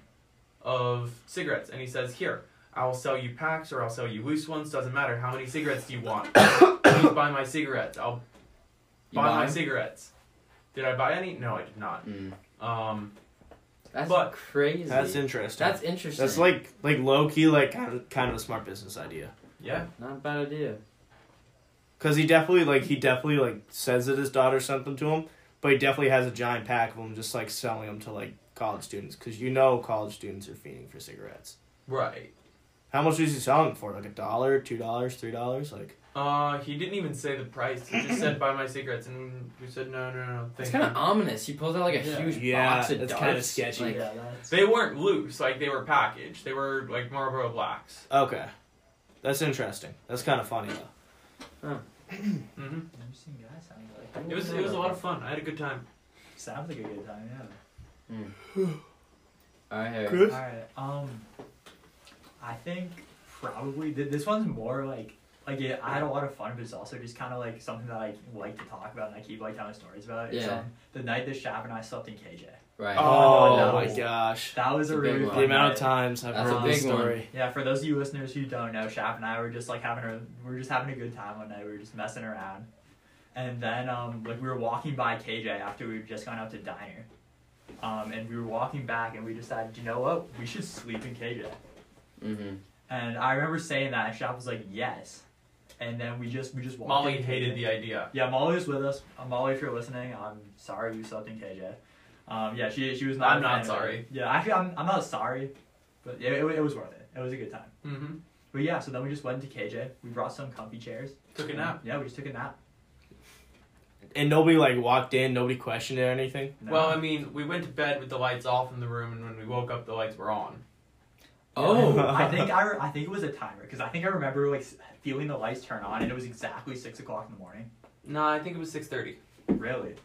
Speaker 3: of cigarettes, and he says, "Here." I'll sell you packs or I'll sell you loose ones. Doesn't matter. How many cigarettes do you want? Please buy my cigarettes. I'll
Speaker 2: You
Speaker 3: buy my
Speaker 2: mine?
Speaker 3: cigarettes. Did I buy any? No, I did not.
Speaker 2: Mm.
Speaker 3: Um,
Speaker 2: That's
Speaker 3: But-
Speaker 2: crazy.
Speaker 1: That's interesting.
Speaker 2: That's interesting.
Speaker 1: That's like like low key like kind of kind of a smart business idea.
Speaker 3: yeah,
Speaker 2: not a bad idea.
Speaker 1: Cause he definitely like he definitely like says that his daughter sent them to him, but he definitely has a giant pack of them just like selling them to like college students. Cause you know college students are feeding for cigarettes.
Speaker 3: right.
Speaker 1: How much is he selling them for? Like a dollar, two dollars, three dollars? Like
Speaker 3: Uh, he didn't even say the price. He just said buy my cigarettes, and we said no, no, no.
Speaker 2: It's
Speaker 3: Thank
Speaker 2: kind of
Speaker 3: you.
Speaker 2: ominous. He pulls out like a
Speaker 4: Yeah.
Speaker 2: huge
Speaker 1: Yeah,
Speaker 2: box of
Speaker 1: that's
Speaker 2: darts.
Speaker 1: kinda sketchy.
Speaker 2: Like,
Speaker 4: yeah, that's,
Speaker 3: They weren't loose, like they were packaged. They were like Marlboro Blacks.
Speaker 1: okay, that's interesting. That's kind of funny though.
Speaker 3: hmm
Speaker 4: interesting guy sounds like.
Speaker 3: It was it was a lot of fun. I had a good time.
Speaker 4: Sounds like a good time, yeah.
Speaker 2: All right, Harry.
Speaker 1: Good.
Speaker 4: All right. Um, I think probably th- this one's more like like yeah, I had a lot of fun, but it's also just kind of like something that I like to talk about and I keep like telling stories about. It's,
Speaker 2: Yeah.
Speaker 4: um, the night that Shab and I slept in KJ.
Speaker 2: Right.
Speaker 3: Uh,
Speaker 1: Oh,
Speaker 4: no.
Speaker 1: my gosh,
Speaker 4: That was
Speaker 2: It's
Speaker 4: a
Speaker 2: a big
Speaker 4: really
Speaker 2: one.
Speaker 4: fun
Speaker 1: the amount of
Speaker 4: night.
Speaker 1: times I've
Speaker 2: That's
Speaker 4: a
Speaker 1: heard this
Speaker 2: big one.
Speaker 1: story.
Speaker 4: Yeah, for those of you listeners who don't know, Shap and I were just like having a we were just having a good time one night. We were just messing around, and then um like we were walking by KJ after we had just gone out to diner, um and we were walking back and we decided you know what we should sleep in KJ.
Speaker 2: Mm-hmm.
Speaker 4: And I remember saying that, and Shop was like, "Yes." And then we just we just walked.
Speaker 3: Molly
Speaker 4: in.
Speaker 3: hated the idea.
Speaker 4: Yeah, Molly was with us. Uh, Molly, if you're listening, I'm sorry you slept in KJ. Um, yeah, she she was not.
Speaker 3: I'm
Speaker 4: a fan
Speaker 3: not
Speaker 4: of it.
Speaker 3: sorry.
Speaker 4: Yeah, actually, I'm I'm not sorry, but it, it, wa- it was worth it. It was a good time.
Speaker 3: hmm
Speaker 4: But yeah, so then we just went to KJ. We brought some comfy chairs.
Speaker 3: Took a nap.
Speaker 4: Yeah, we just took a nap.
Speaker 1: And nobody like walked in, nobody questioned it or anything.
Speaker 4: No.
Speaker 3: Well, I mean, we went to bed with the lights off in the room, and when we woke up, the lights were on.
Speaker 1: (laughs)
Speaker 2: Oh.
Speaker 4: (laughs) I think I, re- I think it was a timer because I think I remember like s- feeling the lights turn on and it was exactly six o'clock in the morning.
Speaker 3: Nah, I think it was six thirty.
Speaker 4: Really?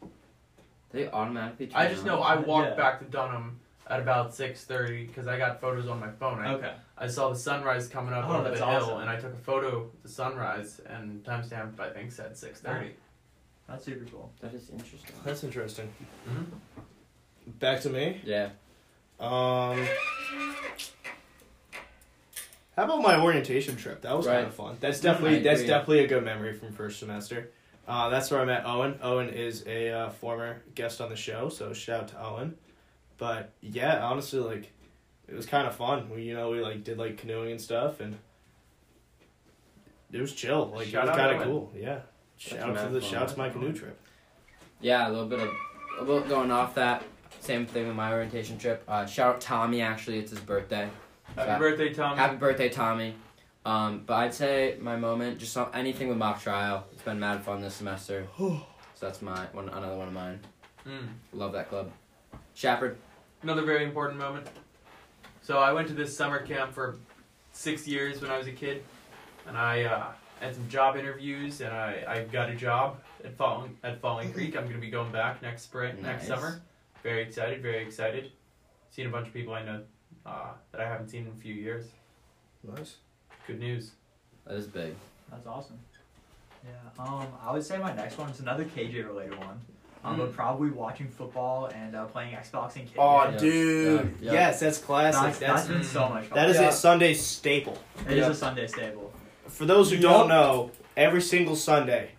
Speaker 2: They automatically.
Speaker 3: I just
Speaker 2: turn
Speaker 3: know
Speaker 2: on.
Speaker 3: I walked
Speaker 4: (laughs) Yeah.
Speaker 3: back to Dunham at about six thirty because I got photos on my phone. I,
Speaker 4: Okay.
Speaker 3: I saw the sunrise coming up
Speaker 4: Oh,
Speaker 3: over the
Speaker 4: that's
Speaker 3: hill,
Speaker 4: awesome.
Speaker 3: and I took a photo of the sunrise and timestamped. I think said six thirty.
Speaker 4: That's super cool.
Speaker 2: That is interesting.
Speaker 1: That's interesting.
Speaker 3: Mhm.
Speaker 1: Back to me.
Speaker 2: Yeah.
Speaker 1: Um, how about my orientation trip? That was kind
Speaker 2: Right.
Speaker 1: of fun. That's
Speaker 2: I
Speaker 1: definitely that's
Speaker 2: agree.
Speaker 1: definitely a good memory from first semester. Uh, that's where I met Owen. Owen is a uh, former guest on the show, so shout out to Owen. But yeah, honestly, like it was kind of fun. We you know we like did like canoeing and stuff, and it was chill. Like
Speaker 3: Shout
Speaker 1: it was
Speaker 3: out
Speaker 1: kind of
Speaker 3: Owen.
Speaker 1: cool. Yeah. Shout out
Speaker 2: mad
Speaker 1: to the
Speaker 2: fun.
Speaker 1: shout out to my canoe trip.
Speaker 2: Yeah, a little bit of, a little going off that. Same thing with my orientation trip. Uh, shout out Tommy. Actually, it's his birthday.
Speaker 3: Happy
Speaker 2: Yeah.
Speaker 3: birthday, Tommy.
Speaker 2: Happy birthday, Tommy. Um, but I'd say my moment, just on anything with mock trial. It's been mad fun this (gasps) semester. so that's my one, another one of mine.
Speaker 3: Mm.
Speaker 2: Love that club. Shepard.
Speaker 3: Another very important moment. So I went to this summer camp for six years when I was a kid, and I uh, had some job interviews, and I, I got a job at Falling at Falling Creek. I'm gonna be going back next spring, next
Speaker 2: Nice.
Speaker 3: summer. Very excited, very excited. Seen a bunch of people I know uh, that I haven't seen in a few years.
Speaker 1: Nice.
Speaker 3: Good news.
Speaker 2: That is big.
Speaker 4: That's awesome. Yeah. Um, I would say my next one is another KJ related one. Um,
Speaker 3: Mm.
Speaker 4: but probably watching football and uh, playing Xbox and kids.
Speaker 1: Oh,
Speaker 2: Yeah,
Speaker 1: dude.
Speaker 2: yeah, yeah.
Speaker 1: Yes, that's classic.
Speaker 4: that's,
Speaker 1: that's mm.
Speaker 4: that's been so much fun.
Speaker 1: that is
Speaker 5: Yeah.
Speaker 1: a Sunday staple.
Speaker 4: It is
Speaker 5: Yeah.
Speaker 4: a Sunday staple.
Speaker 1: For those who
Speaker 5: Yup.
Speaker 1: don't know, every single Sunday,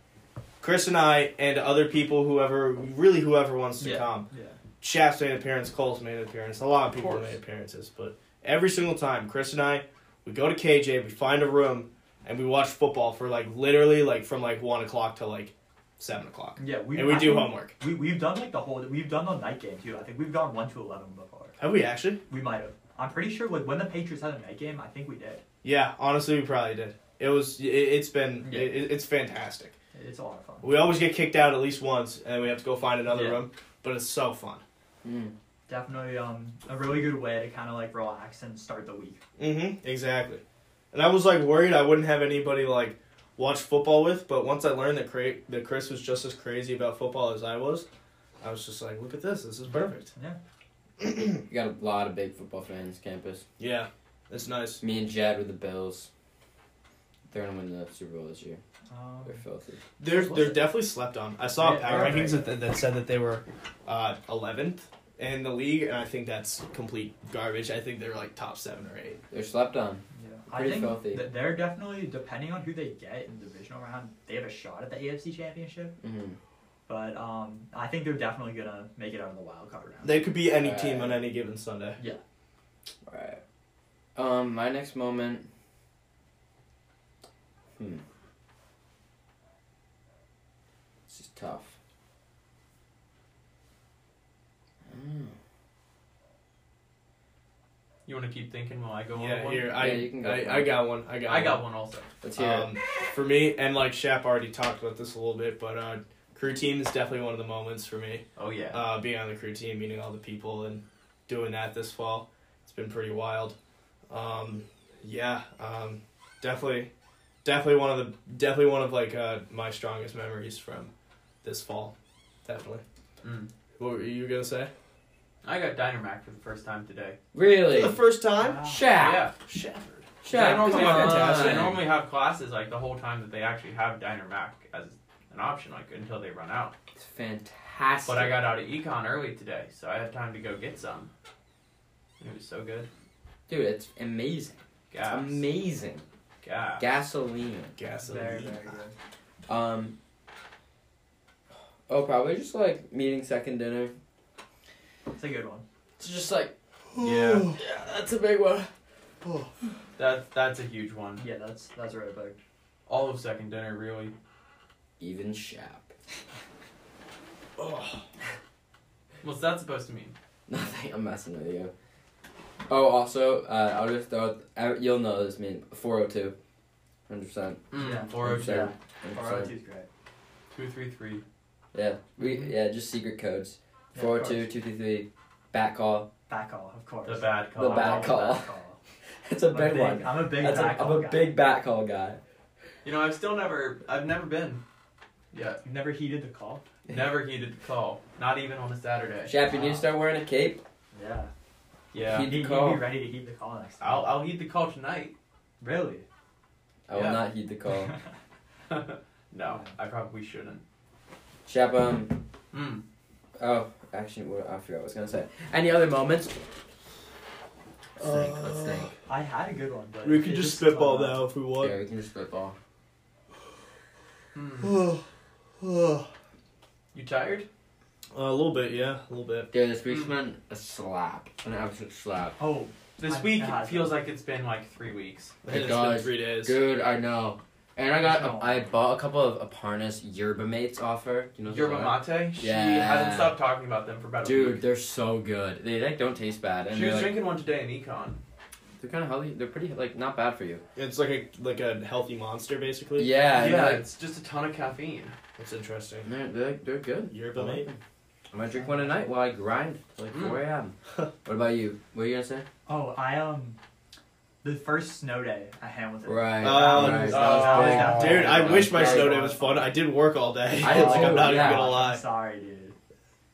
Speaker 1: Chris and I and other people, whoever, really whoever wants to
Speaker 2: Yeah.
Speaker 1: come,
Speaker 4: Yeah.
Speaker 1: Chaps made an appearance, Cole's made an appearance, a lot of people
Speaker 3: course.
Speaker 1: made appearances, but every single time, Chris and I, we go to KJ, we find a room, and we watch football for like literally like from like one o'clock to like seven o'clock,
Speaker 4: Yeah. We
Speaker 1: and we
Speaker 4: I
Speaker 1: do
Speaker 4: think
Speaker 1: homework.
Speaker 4: We we've done like the whole we've done the night game too. I think we've gone one to eleven before.
Speaker 1: Have we actually?
Speaker 4: We might have. I'm pretty sure like when the Patriots had a night game, I think we did.
Speaker 1: Yeah, honestly, we probably did. It was. It, it's been.
Speaker 4: Yeah.
Speaker 1: It, it's fantastic.
Speaker 4: It's a lot of fun.
Speaker 1: We always get kicked out at least once, and we have to go find another
Speaker 4: Yeah.
Speaker 1: room. But it's so fun.
Speaker 2: Mm.
Speaker 4: Definitely um a really good way to kind of like relax and start the week.
Speaker 1: Mm-hmm. Exactly. And I was like worried I wouldn't have anybody like watch football with, but once I learned that cra- that Chris was just as crazy about football as I was, I was just like, look at this. This is perfect.
Speaker 2: You got a lot of big football fans campus.
Speaker 1: Yeah, it's nice.
Speaker 2: Me and Jed with the Bills. They're gonna win the Super Bowl this year.
Speaker 4: Um,
Speaker 2: They're filthy.
Speaker 1: They're
Speaker 4: What?
Speaker 1: they're definitely slept on. I saw a
Speaker 4: Yeah,
Speaker 1: power
Speaker 4: they're
Speaker 1: rankings that, that said that they were uh, 11th in the league, and I think that's complete garbage. I think they're like top seven or eight.
Speaker 2: They're slept on.
Speaker 4: yeah. I
Speaker 2: Pretty
Speaker 4: think
Speaker 2: filthy.
Speaker 4: that they're definitely depending on who they get in the divisional round, they have a shot at the AFC championship.
Speaker 2: Mm-hmm.
Speaker 4: But um, I think they're definitely gonna make it out of the wild card round.
Speaker 1: They could be any
Speaker 2: Right.
Speaker 1: team on any given Sunday.
Speaker 2: Alright. Um, my next moment. Hmm. This is tough. Mm.
Speaker 3: You want to keep thinking while I go on
Speaker 1: Yeah,
Speaker 3: one?
Speaker 1: here
Speaker 2: Yeah, you
Speaker 1: I
Speaker 2: can go for
Speaker 1: I, I
Speaker 2: it.
Speaker 1: got one. I got
Speaker 3: I
Speaker 1: one.
Speaker 3: got one also.
Speaker 2: Let's hear
Speaker 1: Um, for me, and like Shap already talked about this a little bit, but uh, crew team is definitely one of the moments for me.
Speaker 3: Oh yeah.
Speaker 1: Uh, being on the crew team, meeting all the people, and doing that this fall, it's been pretty wild. Um, yeah, um, definitely, definitely one of the definitely one of like uh, my strongest memories from this fall. Definitely.
Speaker 3: Mm.
Speaker 1: What were you gonna say?
Speaker 3: I got Dynamac for the first time today.
Speaker 2: it. Really?
Speaker 1: For the first time,
Speaker 4: Wow.
Speaker 2: Shaq.
Speaker 1: Ah.
Speaker 3: Yeah.
Speaker 1: Shepard.
Speaker 3: I
Speaker 2: Shaq,
Speaker 3: normally,
Speaker 2: come
Speaker 3: have,
Speaker 2: on.
Speaker 3: I normally have classes like the whole time that they actually have Diner Mac as an option, like until they run out.
Speaker 2: It's fantastic.
Speaker 3: But I got out of econ early today, so I had time to go get some. And it was so good.
Speaker 2: Dude, it's amazing. It's
Speaker 3: Gas.
Speaker 2: amazing.
Speaker 3: Gas.
Speaker 2: Gasoline.
Speaker 4: very
Speaker 1: Gasoline. (sighs)
Speaker 4: very good.
Speaker 2: Um. Oh, probably just like meeting second dinner.
Speaker 4: It's a good one.
Speaker 2: It's just like
Speaker 3: Yeah.
Speaker 2: yeah, that's a big one.
Speaker 3: That that's a huge one.
Speaker 4: Yeah, that's that's really big.
Speaker 3: All of second dinner really.
Speaker 2: Even Shaq.
Speaker 1: Oh,
Speaker 3: What's that supposed to mean?
Speaker 2: (laughs) Nothing. I'm messing with you. Oh, also, uh, I'll just throw. Out, uh, you'll know this. mean, 402. 100 percent.
Speaker 3: Mm.
Speaker 4: Yeah.
Speaker 3: 402.
Speaker 4: Our is great.
Speaker 3: 233.
Speaker 2: Yeah. We
Speaker 4: Mhm.
Speaker 2: yeah. Just secret codes.
Speaker 4: Yeah, of
Speaker 2: 402,
Speaker 4: course.
Speaker 2: 233, Back call. (laughs)
Speaker 4: Back call, of course.
Speaker 3: The bad call.
Speaker 2: The bad
Speaker 4: I'm a
Speaker 2: call.
Speaker 4: back call.
Speaker 2: It's a
Speaker 4: I'm
Speaker 2: big one.
Speaker 4: I'm a big
Speaker 2: That's
Speaker 4: back
Speaker 2: a,
Speaker 4: call
Speaker 2: I'm a
Speaker 4: guy.
Speaker 2: big back call guy.
Speaker 3: You know, I've still never I've never been. Yeah.
Speaker 4: You've never heeded the call.
Speaker 3: Never heeded the call. Not even on a Saturday.
Speaker 2: Shaq, you need
Speaker 4: Uh,
Speaker 2: to start wearing a cape.
Speaker 4: Yeah.
Speaker 3: Yeah.
Speaker 2: Heed the
Speaker 4: He'd, he'd
Speaker 2: call.
Speaker 4: be ready to heed the call next time.
Speaker 3: I'll I'll heed the call tonight. (laughs)
Speaker 4: Really?
Speaker 2: I will
Speaker 3: Yeah.
Speaker 2: not
Speaker 4: (laughs)
Speaker 2: heed the call.
Speaker 3: no, I probably shouldn't.
Speaker 2: Shaq, um,
Speaker 3: Mm.
Speaker 2: oh, actually, what, I forgot what I was gonna say. Any other moments?
Speaker 4: Uh,
Speaker 2: Let's think. Let's think.
Speaker 4: I had a good one, but
Speaker 1: We
Speaker 4: it-
Speaker 1: could
Speaker 4: it
Speaker 1: just spitball
Speaker 4: uh,
Speaker 1: that if we
Speaker 2: Yeah,
Speaker 1: want.
Speaker 2: we can just spitball.
Speaker 3: Mm.
Speaker 1: a
Speaker 3: You tired?
Speaker 1: little bit, yeah, Uh, a little bit.
Speaker 2: Dude, this
Speaker 4: Mm.
Speaker 2: week's been a slap, an absolute slap.
Speaker 4: Oh,
Speaker 3: This
Speaker 4: I-
Speaker 3: week
Speaker 4: it has
Speaker 3: feels like it's been like three weeks.
Speaker 2: Hey,
Speaker 1: It's been
Speaker 2: guys,
Speaker 1: three days.
Speaker 2: Dude, I know. And I got,
Speaker 4: No.
Speaker 2: I bought a couple of Aparna's yerba mates offer. You know those
Speaker 3: Yerba
Speaker 2: are?
Speaker 3: mate. She
Speaker 2: Yeah.
Speaker 3: hasn't stopped talking about them for about a
Speaker 2: Dude,
Speaker 3: week.
Speaker 2: they're so good. They like don't taste bad. And
Speaker 3: She
Speaker 2: they're
Speaker 3: was
Speaker 2: like,
Speaker 3: drinking one today in econ.
Speaker 2: They're kind of healthy. They're pretty like not bad for you.
Speaker 1: It's like a like a healthy monster basically.
Speaker 2: Yeah,
Speaker 3: yeah,
Speaker 2: yeah. Like,
Speaker 3: it's just a ton of caffeine.
Speaker 1: That's interesting.
Speaker 2: they're, they're they're good.
Speaker 1: Yerba
Speaker 2: I like
Speaker 1: mate.
Speaker 2: them. I'm gonna drink one a night while I grind till like
Speaker 3: Mm.
Speaker 2: four a.m. What about you? What are you gonna say?
Speaker 4: Oh, I um, the first snow day at Hamilton.
Speaker 2: Right.
Speaker 1: Oh,
Speaker 3: oh,
Speaker 2: right. that was big.
Speaker 1: Dude, I
Speaker 2: That
Speaker 1: wish my
Speaker 2: big.
Speaker 1: snow day was fun. I did work all (laughs) day.
Speaker 2: I did
Speaker 1: like
Speaker 2: too,
Speaker 1: I'm not
Speaker 2: yeah.
Speaker 1: even gonna
Speaker 4: I'm
Speaker 1: lie.
Speaker 4: sorry, dude.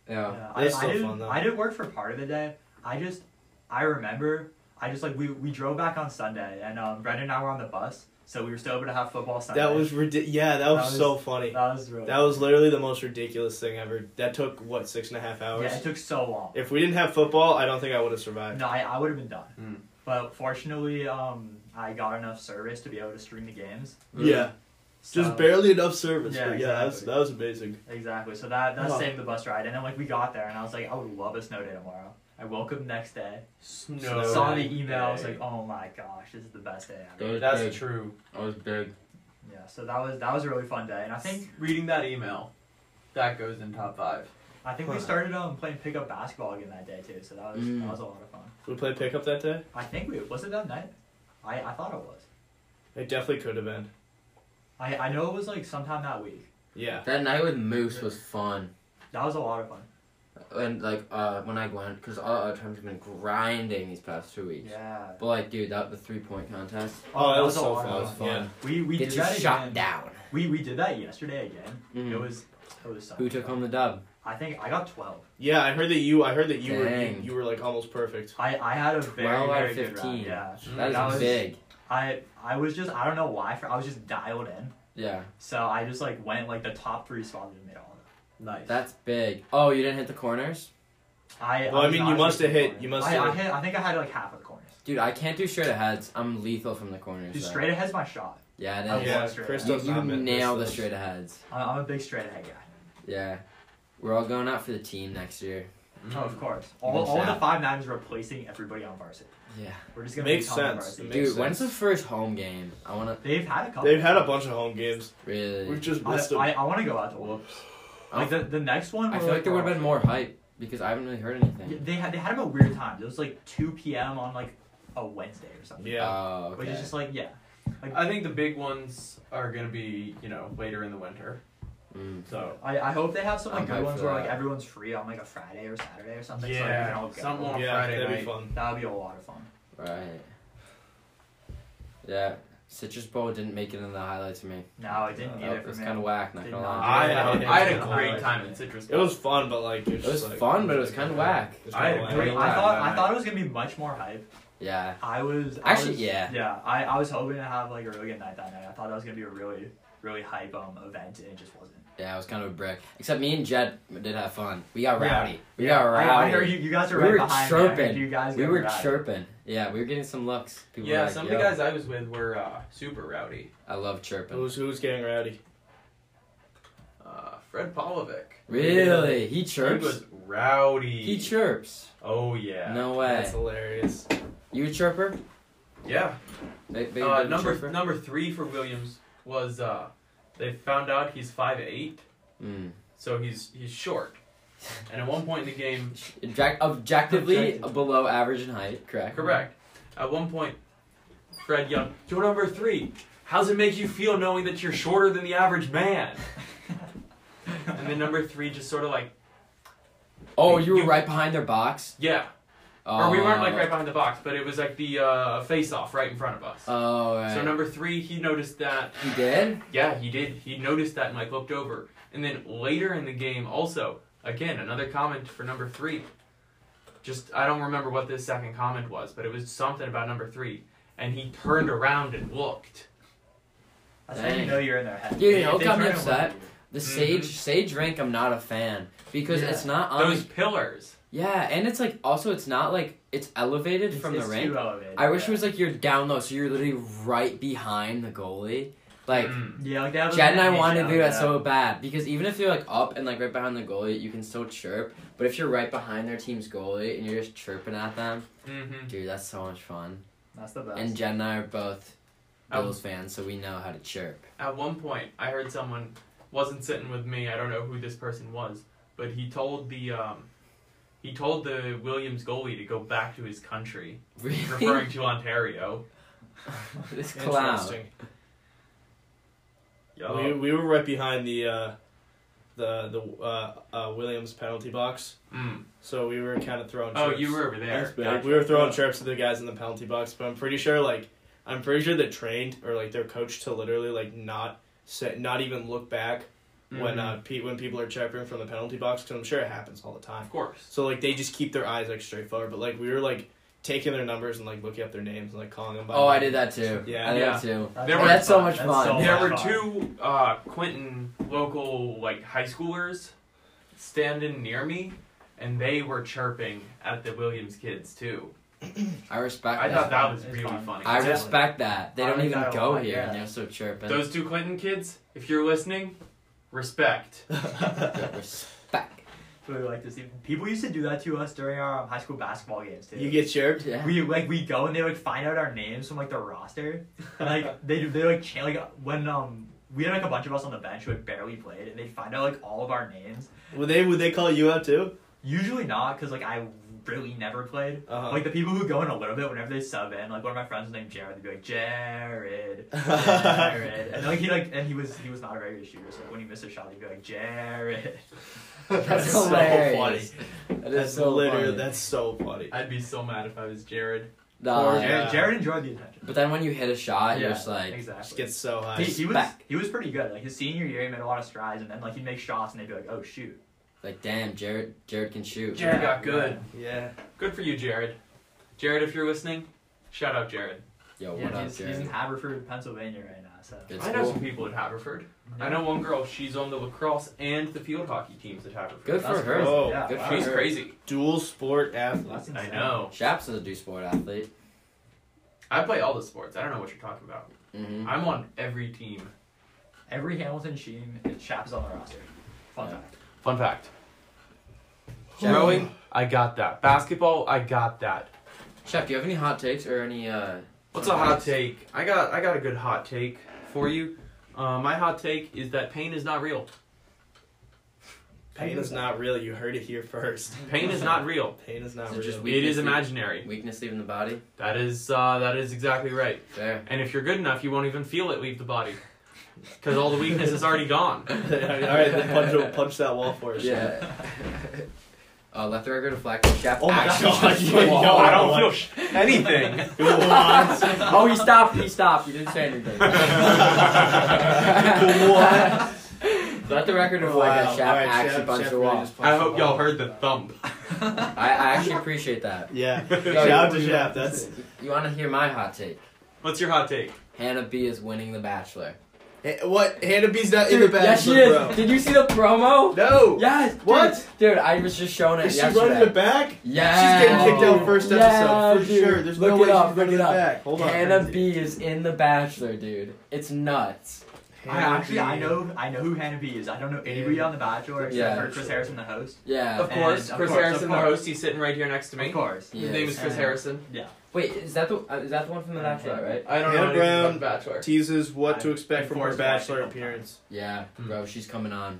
Speaker 2: Yeah.
Speaker 4: Yeah,
Speaker 1: That's
Speaker 4: I,
Speaker 1: still
Speaker 4: I didn't,
Speaker 1: fun, though.
Speaker 4: I didn't work for part of the day. I just, I remember, I just like we we drove back on Sunday, and um, Brendan and I were on the bus, so we were still able to have football Sunday.
Speaker 1: That was ridiculous. Yeah, that was,
Speaker 4: That was-
Speaker 1: so funny.
Speaker 4: that was really
Speaker 1: That was literally the most ridiculous thing ever. That took what six and a half hours.
Speaker 4: yeah. It took so long.
Speaker 1: if we didn't have football, I don't think I would have survived.
Speaker 4: No, I, I would have been done.
Speaker 1: Hmm.
Speaker 3: Mm.
Speaker 4: But fortunately, um, I got enough service to be able to stream the games.
Speaker 1: Yeah,
Speaker 4: So,
Speaker 1: just barely enough service.
Speaker 4: Yeah,
Speaker 1: but yeah, that was
Speaker 4: exactly.
Speaker 1: that was amazing.
Speaker 4: Exactly. So that that
Speaker 1: Wow.
Speaker 4: saved the bus ride, and then like we got there, and I was like, I would love a snow day tomorrow. I woke up the next day,
Speaker 3: Snow.
Speaker 4: saw the email, I was
Speaker 3: day.
Speaker 4: like, oh my gosh, this is the best day ever.
Speaker 2: That was
Speaker 3: That's
Speaker 2: big.
Speaker 3: true.
Speaker 2: That was big.
Speaker 4: Yeah, so that was that was a really fun day, and I think
Speaker 3: Reading that email, that goes in top five.
Speaker 4: I think we started um playing pickup basketball again that day too. So that was
Speaker 2: Mm.
Speaker 4: that was a lot of fun.
Speaker 1: Did we play pickup that day?
Speaker 4: I think we was it that night. I I thought it was.
Speaker 1: It definitely could have been.
Speaker 4: I I know it was like sometime that week.
Speaker 1: Yeah.
Speaker 2: That night with Moose was fun.
Speaker 4: That was a lot of fun.
Speaker 2: And like uh, when I went, because all our times have been grinding these past two weeks.
Speaker 4: Yeah.
Speaker 2: But like, dude, that the three point contest
Speaker 1: Oh, that was
Speaker 4: a
Speaker 1: so
Speaker 4: lot
Speaker 2: that
Speaker 4: of
Speaker 1: fun.
Speaker 2: was fun.
Speaker 1: Yeah.
Speaker 4: We we
Speaker 2: Get
Speaker 4: did
Speaker 2: you
Speaker 4: that
Speaker 2: shot
Speaker 4: again.
Speaker 2: down.
Speaker 4: We we did that yesterday again.
Speaker 2: Mhm.
Speaker 1: Hmm.
Speaker 4: It was it was. so
Speaker 2: Who
Speaker 4: much
Speaker 2: took
Speaker 4: fun.
Speaker 2: home the dub?
Speaker 4: I think I got twelve.
Speaker 1: Yeah, I heard that you. I heard that you were you,
Speaker 2: Dang.
Speaker 1: you were like almost perfect.
Speaker 4: I I had a very
Speaker 2: 12 out
Speaker 4: very
Speaker 2: of
Speaker 4: good round,
Speaker 2: 15.
Speaker 4: Yeah.
Speaker 2: That is
Speaker 4: That was-
Speaker 2: big.
Speaker 4: I I was just I don't know why for I was just dialed in.
Speaker 2: Yeah,
Speaker 4: So I just like went like the top three spots and made all of them.
Speaker 3: Nice.
Speaker 2: that's big. Oh, you didn't hit the corners,
Speaker 4: I
Speaker 1: Well, I
Speaker 4: was
Speaker 1: mean, you
Speaker 4: not
Speaker 1: must
Speaker 4: sure
Speaker 1: have hit-
Speaker 4: corners.
Speaker 1: you must
Speaker 4: I,
Speaker 1: have-
Speaker 4: I hit. I think I had like half of the corners.
Speaker 2: dude. I can't do straight aheads. I'm lethal from the corners.
Speaker 4: Dude,
Speaker 2: though.
Speaker 4: straight ahead's my shot.
Speaker 2: Yeah,
Speaker 4: I
Speaker 2: it is.
Speaker 4: Yeah,
Speaker 1: Chris
Speaker 4: was
Speaker 2: You,
Speaker 1: does
Speaker 2: you
Speaker 1: not miss
Speaker 2: nail the
Speaker 1: those.
Speaker 2: straight aheads.
Speaker 4: I'm, I'm a big straight ahead guy.
Speaker 2: Yeah, we're all going out for the team next year.
Speaker 3: Mm.
Speaker 1: Hmm.
Speaker 4: Oh, of course. All,
Speaker 2: Makes
Speaker 4: all the
Speaker 2: sense.
Speaker 4: five nines are replacing everybody on varsity.
Speaker 2: Yeah,
Speaker 4: We're just gonna
Speaker 1: Makes
Speaker 4: become the
Speaker 1: sense.
Speaker 4: varsity.
Speaker 1: Makes
Speaker 2: dude.
Speaker 1: sense.
Speaker 2: When's the first home game? I wanna
Speaker 4: They've had a couple.
Speaker 1: They've had a bunch of home games.
Speaker 2: really.
Speaker 1: We've just
Speaker 4: I,
Speaker 1: missed them.
Speaker 4: I, I want to go out to Wolves. Like the, the next one.
Speaker 2: I
Speaker 4: we're
Speaker 2: feel like there would have been more
Speaker 4: we're-
Speaker 2: hype because I haven't really heard
Speaker 4: Yeah,
Speaker 2: anything.
Speaker 4: They had they had them at weird times. It was like 2 p.m. on like a Wednesday or something.
Speaker 1: Yeah.
Speaker 3: uh,
Speaker 2: Oh, okay.
Speaker 4: Which is just like yeah.
Speaker 3: I think the big ones are gonna be you know later in the winter.
Speaker 2: Mm.
Speaker 3: So
Speaker 4: I, I hope they have some like
Speaker 2: I'm
Speaker 4: good
Speaker 2: hyped
Speaker 4: ones
Speaker 2: for
Speaker 4: where like
Speaker 2: that.
Speaker 4: everyone's free on like a Friday or Saturday or something. so like, we
Speaker 3: Yeah,
Speaker 4: can all go.
Speaker 3: someone- on
Speaker 1: yeah,
Speaker 3: Friday
Speaker 1: that'd be
Speaker 3: night.
Speaker 1: fun.
Speaker 4: That would be a lot of fun.
Speaker 2: Right. Yeah. Citrus Bowl didn't make it in the highlights for me.
Speaker 4: No, it didn't
Speaker 2: Uh,
Speaker 4: either
Speaker 2: it
Speaker 4: for
Speaker 2: was
Speaker 4: me.
Speaker 2: kind of whack, not
Speaker 4: Did
Speaker 2: gonna
Speaker 4: not.
Speaker 2: lie.
Speaker 3: I,
Speaker 1: Yeah.
Speaker 3: I had a great time in Citrus.
Speaker 1: It was fun, but like
Speaker 2: It was fun, but it was kind of whack.
Speaker 3: I had a
Speaker 4: I,
Speaker 3: great
Speaker 4: mean,
Speaker 3: time
Speaker 4: I thought
Speaker 3: that
Speaker 4: I thought it was gonna be much more hype.
Speaker 2: Yeah.
Speaker 4: I was I
Speaker 2: Actually,
Speaker 4: was-
Speaker 2: yeah.
Speaker 4: yeah. I, I was hoping to have like a really good night that night. I thought that was gonna be a really really hype um event, and it just wasn't.
Speaker 2: Yeah, it was kind of a brick. Except me and Jed did have fun. We got
Speaker 4: Yeah.
Speaker 2: rowdy. We got
Speaker 4: I,
Speaker 2: rowdy.
Speaker 4: I heard you, you guys were
Speaker 2: We
Speaker 4: right
Speaker 2: were
Speaker 4: behind me. I heard
Speaker 2: chirping.
Speaker 4: you guys
Speaker 2: we
Speaker 4: got
Speaker 2: were
Speaker 4: rowdy.
Speaker 2: chirping. Yeah, we were getting some looks. People were
Speaker 3: yeah,
Speaker 2: like,
Speaker 3: some of the
Speaker 2: "Yo."
Speaker 3: guys I was with were uh, super rowdy.
Speaker 2: I
Speaker 1: (laughs)
Speaker 2: love chirping.
Speaker 1: Who's who's getting rowdy?
Speaker 3: Uh, Fred Polovic.
Speaker 2: Really? He
Speaker 3: He
Speaker 2: chirps?
Speaker 3: was rowdy.
Speaker 2: He chirps.
Speaker 3: Oh yeah.
Speaker 2: No way.
Speaker 1: That's hilarious.
Speaker 2: You a chirper?
Speaker 3: Yeah.
Speaker 2: Ba- ba-
Speaker 3: Uh,
Speaker 2: baby
Speaker 3: number
Speaker 2: chirper?
Speaker 3: number three for Williams was uh, they found out he's five eight,
Speaker 2: Mm.
Speaker 3: so he's he's short. And at one point in the game,
Speaker 2: Object- objectively
Speaker 4: Objective.
Speaker 2: below average in height, correct?
Speaker 3: correct. At one point, Fred yelled, "You're number three. How's it make you feel knowing that you're shorter than the average man?" and then number three just sort of like,
Speaker 2: Oh, you were
Speaker 3: You-
Speaker 2: right behind their box.
Speaker 3: yeah.
Speaker 2: Oh,
Speaker 3: or we weren't like right behind the box, but it was like the uh, face off right in front of us.
Speaker 2: Oh, right.
Speaker 3: So number three, he noticed that
Speaker 2: you did?
Speaker 3: Yeah, he did. He noticed that and like looked over. And then later in the game, also, again, another comment for number three. Just I don't remember what this second comment was, but it was something about number three. And he turned around and looked.
Speaker 4: That's how you
Speaker 2: Dang.
Speaker 4: know you're in their head.
Speaker 2: Dude,
Speaker 4: If
Speaker 2: don't
Speaker 4: they
Speaker 2: got me
Speaker 4: turn it
Speaker 2: upset.
Speaker 4: away,
Speaker 2: The
Speaker 3: Mhm.
Speaker 2: sage sage rank, I'm not a fan because
Speaker 4: Mm-hmm. Yeah.
Speaker 2: it's not
Speaker 1: Um,
Speaker 2: on.
Speaker 3: Those pillars.
Speaker 2: Yeah, and it's like also it's not like it's elevated
Speaker 4: it's-
Speaker 2: from
Speaker 4: it's
Speaker 2: the rank.
Speaker 4: too elevated,
Speaker 2: I wish
Speaker 4: yeah.
Speaker 2: it was like you're down low, so you're literally right behind the goalie. Like
Speaker 3: Mm.
Speaker 4: Yeah, like they have
Speaker 2: Jed and I
Speaker 4: Mm-hmm. an
Speaker 2: want to
Speaker 4: edge
Speaker 2: do that
Speaker 4: out
Speaker 2: so bad because even if you're like up and like right behind the goalie, you can still chirp. But if you're right behind their team's goalie and you're just chirping at them,
Speaker 3: Mhm.
Speaker 2: dude, that's so much fun.
Speaker 4: Mm-hmm. That's the best.
Speaker 2: And Jen and I are both
Speaker 3: Um,
Speaker 2: Bills fans, so we know how to chirp. (laughs)
Speaker 3: At one point, I heard someone wasn't sitting with me. I don't know who this person was, but he told the um, He told the Williams goalie to go back to his country,
Speaker 1: (laughs)
Speaker 2: Really?
Speaker 3: referring to Ontario.
Speaker 2: (laughs) this clown.
Speaker 1: Interesting.
Speaker 3: Yo.
Speaker 1: We, we were right behind the uh, the the uh, uh, Williams penalty box,
Speaker 3: Mm.
Speaker 1: so we were kind of throwing.
Speaker 3: Oh,
Speaker 1: chirps.
Speaker 3: you were over there.
Speaker 1: Thanks, babe.
Speaker 3: Gotcha.
Speaker 1: We were throwing chirps at the guys in the penalty box, but I'm pretty sure like I'm pretty sure they're trained or like they're coached to literally like not set, not even look back
Speaker 2: Mm-hmm.
Speaker 1: when
Speaker 3: Mhm.
Speaker 1: uh pe- when people are checkering from the penalty box because I'm sure it happens all the time.
Speaker 3: of course.
Speaker 1: So like they just keep their eyes like straight forward, but like we were like taking their numbers and like looking up their names and like calling them by.
Speaker 2: Oh, I
Speaker 1: name.
Speaker 2: did that too.
Speaker 1: Yeah.
Speaker 2: I did
Speaker 3: Yeah.
Speaker 2: that too.
Speaker 3: There were-
Speaker 2: That's so much fun.
Speaker 4: so
Speaker 3: there
Speaker 4: much
Speaker 3: were
Speaker 4: fun.
Speaker 3: two uh, Quentin local like high schoolers standing near me, and they were chirping at the Williams kids too.
Speaker 2: I respect.
Speaker 3: I
Speaker 2: that.
Speaker 3: thought that was
Speaker 4: It's
Speaker 3: really
Speaker 4: fun.
Speaker 3: funny.
Speaker 2: I
Speaker 4: Exactly.
Speaker 2: respect that. They
Speaker 4: I
Speaker 2: don't
Speaker 4: like
Speaker 2: even
Speaker 4: that a
Speaker 2: go
Speaker 4: lot,
Speaker 2: here, and
Speaker 4: yeah.
Speaker 2: they're so chirping.
Speaker 3: Those two Clinton kids, if you're listening, respect.
Speaker 2: respect.
Speaker 4: We were like this. People used to do that to us during our um, high school basketball games too.
Speaker 1: (laughs) You get chirped.
Speaker 2: Yeah.
Speaker 4: We like we go and they would find out our names from like the
Speaker 3: (laughs)
Speaker 4: roster. And, like they they like cha- like when um we had like a bunch of us on the bench who had barely played and they'd find out like all of our names.
Speaker 1: Would they would they call you out too?
Speaker 4: Usually not because like I really never played.
Speaker 1: Uh-huh. (laughs)
Speaker 4: Like the people who go in a little bit whenever they sub in, like one of my friends named Jared, they'd be like
Speaker 2: (laughs)
Speaker 4: Jared, Jared, and like he like and he was he was not a very good shooter. So like, when he missed a shot, he'd be like Jared.
Speaker 2: That's
Speaker 1: so
Speaker 2: hilarious. That is
Speaker 1: That's
Speaker 2: so
Speaker 1: literally
Speaker 2: funny.
Speaker 1: that's so funny.
Speaker 3: I'd be so mad if I was Jared.
Speaker 2: Nah,
Speaker 1: Or-
Speaker 2: yeah.
Speaker 1: Yeah.
Speaker 4: Jared, Jared enjoyed the attention.
Speaker 2: But then when you hit a shot, you're just like,
Speaker 4: exactly.
Speaker 1: Just gets so high.
Speaker 4: He, he was
Speaker 2: Respect.
Speaker 4: he was pretty good. Like his senior year, he made a lot of strides, and then like he'd make shots, and they'd be like, "Oh shoot!"
Speaker 2: like damn, Jared, Jared can shoot.
Speaker 3: Jared got good.
Speaker 1: Yeah.
Speaker 3: Good for you, Jared. Jared, if you're listening, shout out Jared.
Speaker 2: Yo,
Speaker 4: Yeah,
Speaker 2: what up,
Speaker 4: he's, he's in
Speaker 2: Jared?
Speaker 4: Haverford, Pennsylvania right now. So
Speaker 2: Good
Speaker 3: I know
Speaker 2: school.
Speaker 3: some people at Haverford. I know one girl. She's on the lacrosse and the field hockey teams at Haverford.
Speaker 2: Good for
Speaker 4: That's
Speaker 2: her. Oh,
Speaker 4: crazy.
Speaker 1: Whoa.
Speaker 4: Yeah,
Speaker 2: Good
Speaker 4: wow.
Speaker 2: for
Speaker 3: She's
Speaker 2: her.
Speaker 3: crazy.
Speaker 1: Dual sport athlete.
Speaker 4: That's
Speaker 3: I
Speaker 4: insane.
Speaker 3: know.
Speaker 2: Shaps is a do sport athlete.
Speaker 3: I play all the sports. I don't know what you're talking about.
Speaker 2: hmm
Speaker 3: I'm on every team.
Speaker 4: Every Hamilton team, Chaps on the roster. Fun
Speaker 2: Yeah.
Speaker 4: fact.
Speaker 3: Fun fact.
Speaker 2: Shaq,
Speaker 3: Rowing, I got that. Basketball, I got that.
Speaker 2: Shaq, do you have any hot takes or any? uh
Speaker 3: What's a hot take? I got I got a good hot take for you. Uh, my hot take is that pain is not real.
Speaker 1: Pain is not real. You heard it here first.
Speaker 3: Pain is not real.
Speaker 1: Pain is not
Speaker 2: Is it
Speaker 1: real.
Speaker 2: just we-
Speaker 3: It is imaginary.
Speaker 2: Weakness leaving the body.
Speaker 3: That is uh, that is exactly right. (laughs)
Speaker 2: Fair.
Speaker 3: And if you're good enough, you won't even feel it leave the body, because all the weakness is already gone.
Speaker 1: (laughs) All right, then punch, punch that wall for us.
Speaker 2: Yeah. uh, left the record of flag. Shaq.
Speaker 1: Oh my
Speaker 2: actually- (laughs)
Speaker 1: God, yeah, (laughs) yo,
Speaker 3: I don't
Speaker 1: what?
Speaker 3: feel sh- anything.
Speaker 1: What?
Speaker 2: oh, he stopped. He stopped. He didn't say anything.
Speaker 1: What?
Speaker 2: Let the record reflect
Speaker 1: Wow.
Speaker 2: that
Speaker 1: All
Speaker 2: Shap
Speaker 1: right,
Speaker 2: actually
Speaker 1: Shep-
Speaker 2: punched
Speaker 1: Shep
Speaker 2: the
Speaker 1: really
Speaker 2: wall.
Speaker 1: just punched
Speaker 3: I
Speaker 1: the
Speaker 3: hope
Speaker 1: wall.
Speaker 3: y'all heard the thump.
Speaker 2: I, I actually appreciate that.
Speaker 1: Yeah.
Speaker 2: Yo,
Speaker 1: (laughs) Shout out to
Speaker 2: you-
Speaker 1: Jeff. That's
Speaker 2: You want to hear my hot take?
Speaker 3: What's your hot take?
Speaker 2: Hannah B is winning The Bachelor.
Speaker 1: Hey, what Hannah B's not in the
Speaker 2: yeah, she
Speaker 1: bachelor,
Speaker 2: is.
Speaker 1: bro.
Speaker 2: Did you see the promo?
Speaker 1: No.
Speaker 2: Yes. dude.
Speaker 1: What?
Speaker 2: Dude, I was just showing it
Speaker 1: Is she
Speaker 2: yesterday.
Speaker 1: running it back?
Speaker 2: yeah.
Speaker 1: She's getting kicked out first
Speaker 2: Yeah,
Speaker 1: episode for
Speaker 2: dude.
Speaker 1: sure. There's
Speaker 2: Look
Speaker 1: no
Speaker 2: it
Speaker 1: way
Speaker 2: up,
Speaker 1: she's
Speaker 2: look
Speaker 1: running
Speaker 2: it
Speaker 1: it
Speaker 2: up.
Speaker 1: back. Hold on.
Speaker 2: Hannah B is in The Bachelor, dude. It's nuts.
Speaker 4: I actually I know I know who Hannah B is. I don't know anybody on the Bachelor except
Speaker 2: Yeah.
Speaker 4: for Chris Harrison, the host.
Speaker 2: Yeah.
Speaker 3: Of course,
Speaker 4: of
Speaker 3: Chris
Speaker 4: course,
Speaker 3: Harrison,
Speaker 4: of
Speaker 3: the
Speaker 4: course.
Speaker 3: host. He's sitting right here next to me.
Speaker 4: Of course.
Speaker 2: Yeah.
Speaker 3: His name is Chris
Speaker 4: And-
Speaker 3: Harrison.
Speaker 4: Yeah.
Speaker 2: Wait, is that the uh, is that the one from The Bachelor, right?
Speaker 3: I don't
Speaker 1: Hannah
Speaker 3: know anything
Speaker 1: Brown.
Speaker 3: about Bachelor.
Speaker 1: Teases what to
Speaker 4: I-
Speaker 1: expect from her
Speaker 4: Enforced
Speaker 1: bachelor
Speaker 4: watching.
Speaker 1: appearance.
Speaker 2: Yeah,
Speaker 3: Hmm.
Speaker 2: bro, she's coming on.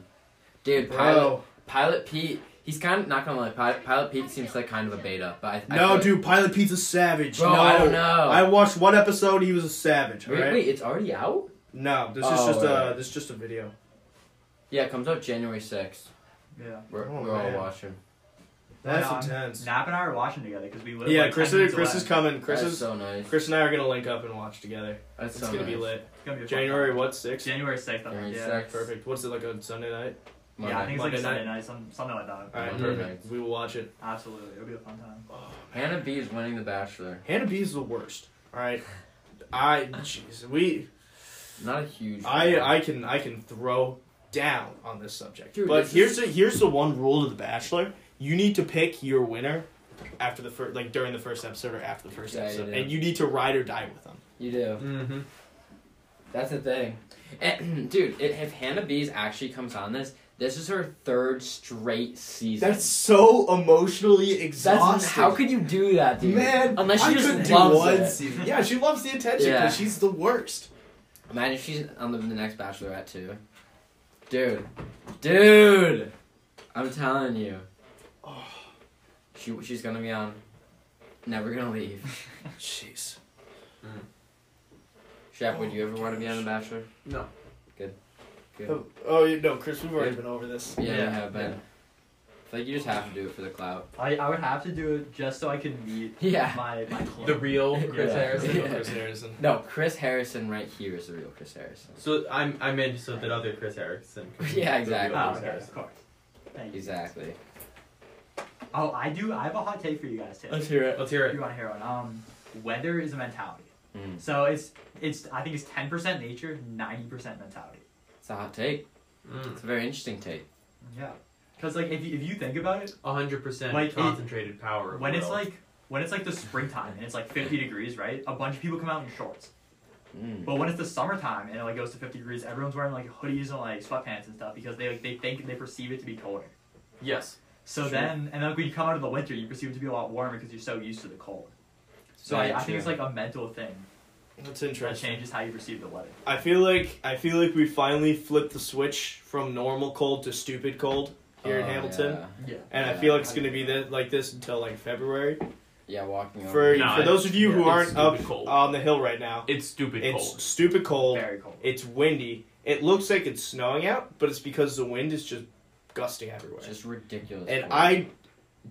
Speaker 2: Dude, pilot
Speaker 1: Bro,
Speaker 2: Pilot Pete, he's kind of not gonna lie. Pilot, Pilot Pete seems like kind of a beta, but I, I
Speaker 1: no,
Speaker 2: feel-
Speaker 1: dude, Pilot Pete's a savage.
Speaker 2: Bro,
Speaker 1: no,
Speaker 2: I don't know.
Speaker 1: I watched one episode. He was a savage. All
Speaker 2: wait,
Speaker 1: right.
Speaker 2: wait, it's already out.
Speaker 1: No, this
Speaker 2: Oh,
Speaker 1: is just
Speaker 2: right.
Speaker 1: a this is just a video.
Speaker 2: Yeah, it comes out January sixth.
Speaker 4: Yeah.
Speaker 2: We're,
Speaker 1: Oh,
Speaker 2: we're all
Speaker 1: man.
Speaker 2: watching.
Speaker 1: That's
Speaker 4: Yeah.
Speaker 1: intense.
Speaker 4: Nap and I are watching together because we live.
Speaker 1: Yeah,
Speaker 4: like,
Speaker 1: Chris, is,
Speaker 4: 10 minutes
Speaker 1: Chris
Speaker 4: away.
Speaker 1: is coming. Chris
Speaker 2: That's
Speaker 1: is
Speaker 2: so nice.
Speaker 1: Chris and I are gonna link up and watch together.
Speaker 2: That's
Speaker 1: It's
Speaker 2: so
Speaker 1: gonna
Speaker 2: nice.
Speaker 1: be lit.
Speaker 4: It's gonna be a fun
Speaker 1: January
Speaker 4: time.
Speaker 1: what six?
Speaker 4: January sixth. I
Speaker 2: January
Speaker 4: think. Yeah.
Speaker 2: 6th.
Speaker 1: Perfect. What's it like on Sunday night?
Speaker 2: Monday.
Speaker 4: Yeah, I think it's like
Speaker 1: Monday night.
Speaker 4: Sunday night, some, something like that.
Speaker 1: All right,
Speaker 2: Monday
Speaker 1: perfect.
Speaker 2: night.
Speaker 1: We will watch it.
Speaker 4: Absolutely, it'll be a fun time.
Speaker 2: Hannah B is winning The Bachelor.
Speaker 1: Hannah B is the worst. All
Speaker 2: (laughs)
Speaker 1: right. I jeez we
Speaker 2: Not a huge.
Speaker 1: I
Speaker 2: fan.
Speaker 1: I can I can throw down on this subject.
Speaker 2: Dude,
Speaker 1: but
Speaker 2: this
Speaker 1: here's the here's the one rule to the Bachelor: you need to pick your winner after the first like during the first episode or after the first
Speaker 2: Yeah, you
Speaker 1: episode,
Speaker 2: do.
Speaker 1: and you need to ride or die with them.
Speaker 2: you do.
Speaker 3: Mm-hmm.
Speaker 2: That's the thing, and, (clears throat) dude. It, if Hannah B's actually comes on this, this is her third straight season.
Speaker 1: That's so emotionally
Speaker 2: That's-
Speaker 1: exhausting.
Speaker 2: how could you do that, dude?
Speaker 1: Man,
Speaker 2: unless
Speaker 1: I
Speaker 2: she
Speaker 1: could
Speaker 2: just
Speaker 1: do
Speaker 2: loves
Speaker 1: one
Speaker 2: it.
Speaker 1: season. Yeah, she loves the attention
Speaker 2: Yeah.
Speaker 1: because she's the worst.
Speaker 2: Imagine if she's on the, the next Bachelorette too. Dude, dude, I'm telling you. (sighs) She she's gonna be on. Never gonna (laughs) leave.
Speaker 1: Jeez.
Speaker 2: Shaq, would you ever want to be on The Bachelor?
Speaker 3: No.
Speaker 2: Good.
Speaker 1: Oh, oh yeah, no, Chris, we've already been over
Speaker 2: (laughs)
Speaker 1: this.
Speaker 2: Yeah, you
Speaker 4: Yeah.
Speaker 2: have been. I think you just have to do it for the clout.
Speaker 4: I, I would have to do it just so I could meet
Speaker 2: (laughs) Yeah.
Speaker 4: my my clone.
Speaker 3: The real Chris
Speaker 4: Yeah.
Speaker 3: Harrison.
Speaker 2: Yeah.
Speaker 1: Chris Harrison.
Speaker 2: No, Chris Harrison right here is the real Chris Harrison.
Speaker 3: (laughs) So I'm I'm in so that other Chris Harrison. can be
Speaker 2: Yeah,
Speaker 3: the
Speaker 2: exactly.
Speaker 3: real
Speaker 2: Ah,
Speaker 4: oh,
Speaker 3: Chris
Speaker 4: okay,
Speaker 3: Harrison.
Speaker 4: of course. Thank you.
Speaker 2: Exactly.
Speaker 4: Oh, I do. I have a hot take for you guys too.
Speaker 1: Let's hear it.
Speaker 3: Let's hear
Speaker 4: you
Speaker 3: it.
Speaker 4: want to hear one? Um, weather is a mentality.
Speaker 2: Mm.
Speaker 4: So it's it's I think it's ten percent nature, ninety percent mentality.
Speaker 2: It's a hot take.
Speaker 3: Mm.
Speaker 2: It's a very interesting take.
Speaker 4: Yeah. Cause like if you, if you think about it,
Speaker 3: hundred percent
Speaker 4: Like, it-
Speaker 3: concentrated power. of
Speaker 4: when it's
Speaker 3: will.
Speaker 4: like when it's like the springtime and it's like fifty degrees, right? A bunch of people come out in shorts.
Speaker 2: Mm.
Speaker 4: But when it's the summertime and it like goes to fifty degrees, everyone's wearing like hoodies and like sweatpants and stuff because they like they think they perceive it to be colder.
Speaker 3: yes,
Speaker 4: So
Speaker 2: Sure.
Speaker 4: then, and then when you come out of the winter, you perceive it to be a lot warmer because you're so used to the cold. So
Speaker 2: Very
Speaker 4: I, I think it's
Speaker 2: true.
Speaker 4: like a mental thing
Speaker 1: That's
Speaker 4: that
Speaker 1: interesting.
Speaker 4: changes how you perceive the weather.
Speaker 1: I feel like I feel like we finally flipped the switch from normal cold to stupid cold here in
Speaker 2: Oh,
Speaker 1: Hamilton,
Speaker 2: Yeah.
Speaker 4: Yeah.
Speaker 1: and I
Speaker 2: Yeah.
Speaker 1: feel like it's gonna be that like this until like February.
Speaker 2: Yeah, walking over.
Speaker 1: For
Speaker 3: No,
Speaker 1: for those of you who
Speaker 3: it's
Speaker 1: aren't up
Speaker 3: stupid cold.
Speaker 1: on the hill right now,
Speaker 3: it's stupid
Speaker 1: it's
Speaker 3: cold.
Speaker 1: stupid cold.
Speaker 4: Very cold.
Speaker 1: It's windy. It looks like it's snowing out, but it's because the wind is just gusting everywhere.
Speaker 2: It's just ridiculous.
Speaker 1: and
Speaker 2: cold.
Speaker 1: I,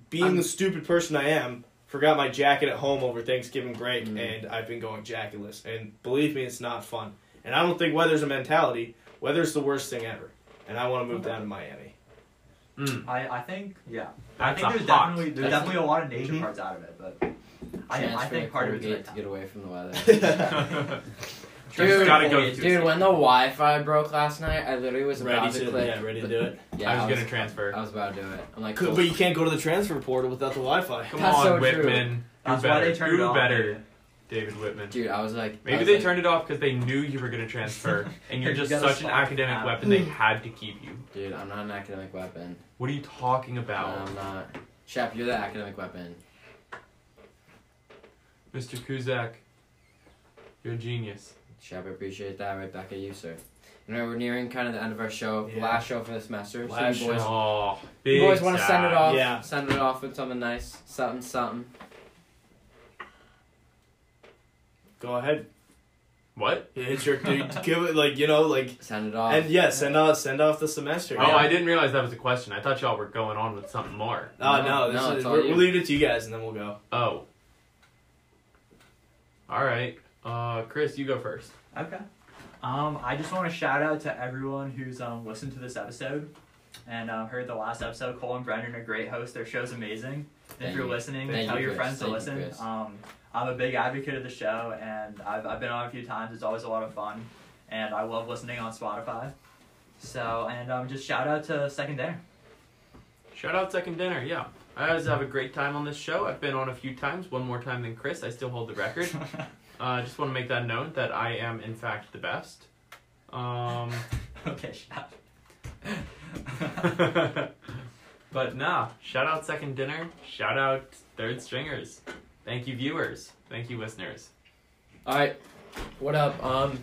Speaker 1: being
Speaker 3: I'm-
Speaker 1: the stupid person I am, forgot my jacket at home over Thanksgiving break,
Speaker 2: Mm.
Speaker 1: and I've been going jacketless. And believe me, it's not fun. And I don't think weather's a mentality. Weather's the worst thing ever. And I want to move down to
Speaker 2: (laughs)
Speaker 1: Miami.
Speaker 3: Mm.
Speaker 4: I, I think yeah. I
Speaker 3: That's
Speaker 4: think
Speaker 3: a
Speaker 4: there's
Speaker 3: hot- (laughs)
Speaker 4: definitely there's
Speaker 2: That's-
Speaker 4: definitely a lot of nature
Speaker 1: Mhm.
Speaker 4: parts out of it, but I,
Speaker 2: Mm-hmm. Chance
Speaker 4: I
Speaker 2: for
Speaker 4: think
Speaker 2: the
Speaker 4: part of
Speaker 2: cold
Speaker 4: it's
Speaker 2: gate to
Speaker 4: mentality.
Speaker 2: get away from the
Speaker 1: (laughs)
Speaker 2: weather.
Speaker 4: (laughs)
Speaker 3: Just
Speaker 2: Dude,
Speaker 3: gotta go
Speaker 4: dude,
Speaker 3: to-
Speaker 2: Dude, when the Wi-Fi broke last night, I literally was about
Speaker 1: ready
Speaker 2: to,
Speaker 1: to
Speaker 2: click.
Speaker 1: yeah, ready to do it.
Speaker 2: Yeah,
Speaker 3: I was,
Speaker 2: was,
Speaker 3: gonna
Speaker 2: (laughs)
Speaker 3: transfer.
Speaker 2: I was about to do it. I'm like,
Speaker 1: Could,
Speaker 2: cool.
Speaker 1: but you can't go to the transfer portal without the Wi-Fi.
Speaker 3: Come
Speaker 2: That's
Speaker 3: on,
Speaker 2: so true.
Speaker 3: Whitman. Do
Speaker 4: That's
Speaker 3: better.
Speaker 4: why they turned
Speaker 3: Do
Speaker 4: it off.
Speaker 3: better, David Whitman.
Speaker 2: dude, I was like, I
Speaker 3: Maybe
Speaker 2: was
Speaker 3: they
Speaker 2: like,
Speaker 3: turned it off because they knew you were gonna
Speaker 2: (laughs)
Speaker 3: transfer, and you're
Speaker 4: You
Speaker 3: just
Speaker 4: gotta
Speaker 3: such an
Speaker 4: stop.
Speaker 3: academic weapon. They had to keep you.
Speaker 2: Dude, I'm not an academic weapon.
Speaker 3: What are you talking
Speaker 2: No,
Speaker 3: about,
Speaker 2: I'm not. Shep, you're the academic weapon.
Speaker 3: Mr. Kuzak? You're a genius.
Speaker 2: Shep, I appreciate that. Right back at you, sir. You know, we're nearing kind of the end of our show.
Speaker 1: Yeah.
Speaker 2: Last show for the semester.
Speaker 1: Last
Speaker 2: so you boys,
Speaker 3: Oh, big
Speaker 2: you boys want to send it
Speaker 3: sigh.
Speaker 2: off.
Speaker 1: Yeah.
Speaker 2: Send it off with something nice. Something, something.
Speaker 1: Go ahead.
Speaker 3: What?
Speaker 1: It's your dude. Give it like you know like.
Speaker 2: Send it off.
Speaker 1: And yeah, send off send off the semester.
Speaker 3: Oh, I didn't realize that was a question. I thought y'all were going on with something more.
Speaker 1: Oh no, this
Speaker 2: No, it's
Speaker 1: is,
Speaker 2: all
Speaker 1: we're,
Speaker 2: you.
Speaker 1: we'll leave it to you guys and then we'll go.
Speaker 3: Oh. All right. Uh, Chris, you go first.
Speaker 4: Okay. Um, I just want to shout out to everyone who's um, listened to this episode and um, heard the last episode. Cole and Brendan are great hosts. Their show's amazing.
Speaker 2: Thank
Speaker 4: if you're
Speaker 2: you.
Speaker 4: listening,
Speaker 2: Thank
Speaker 4: tell
Speaker 2: you,
Speaker 4: your
Speaker 2: Chris.
Speaker 4: friends
Speaker 2: Thank you,
Speaker 4: to listen.
Speaker 2: Chris.
Speaker 4: um, I'm a big advocate of the show, and I've, I've been on a few times. It's always a lot of fun, and I love listening on Spotify. So, and um, just shout out to Second Dinner.
Speaker 3: Shout out Second Dinner. Yeah. I always have a great time on this show. I've been on a few times, one more time than Chris. I still hold the record. (laughs)
Speaker 4: (laughs)
Speaker 3: I uh, just want to make that known that I am, in fact, the best. (laughs) Um,
Speaker 4: (laughs) okay, shout.
Speaker 3: (laughs)
Speaker 4: (laughs)
Speaker 3: but nah, shout out Second Dinner. Shout out Third Stringers. Thank you, viewers. Thank you, listeners.
Speaker 2: All right, what up? Um,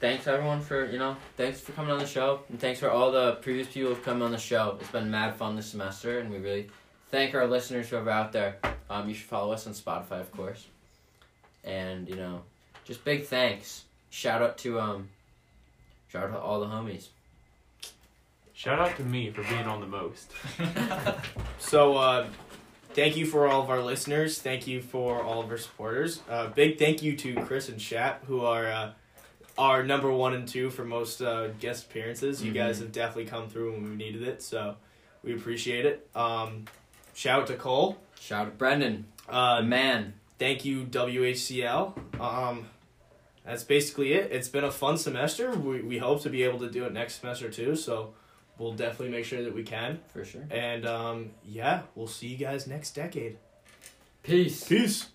Speaker 2: thanks everyone for you know, thanks for coming on the show, and thanks for all the previous people who've come on the show. It's been mad fun this semester, and we really thank our listeners who are out there. Um, you should follow us on Spotify, of course, and you know, just big thanks. Shout out to um, shout out to all the homies.
Speaker 3: Shout out to me for being on the most.
Speaker 1: So, uh, thank you for all of our listeners. Thank you for all of our supporters. Uh, big thank you to Chris and Shap, who are uh, our number one and two for most uh, guest appearances. You guys
Speaker 2: Mm-hmm.
Speaker 1: have definitely come through when we needed it, so we appreciate it. Um, shout out to Cole.
Speaker 2: Shout out to Brendan, a
Speaker 1: Uh,
Speaker 2: man.
Speaker 1: thank you, WHCL. Um, that's basically it. It's been a fun semester. We, we hope to be able to do it next semester too, so we'll definitely make sure that we can.
Speaker 2: for sure.
Speaker 1: And um, yeah, we'll see you guys next decade.
Speaker 2: Peace.
Speaker 1: Peace.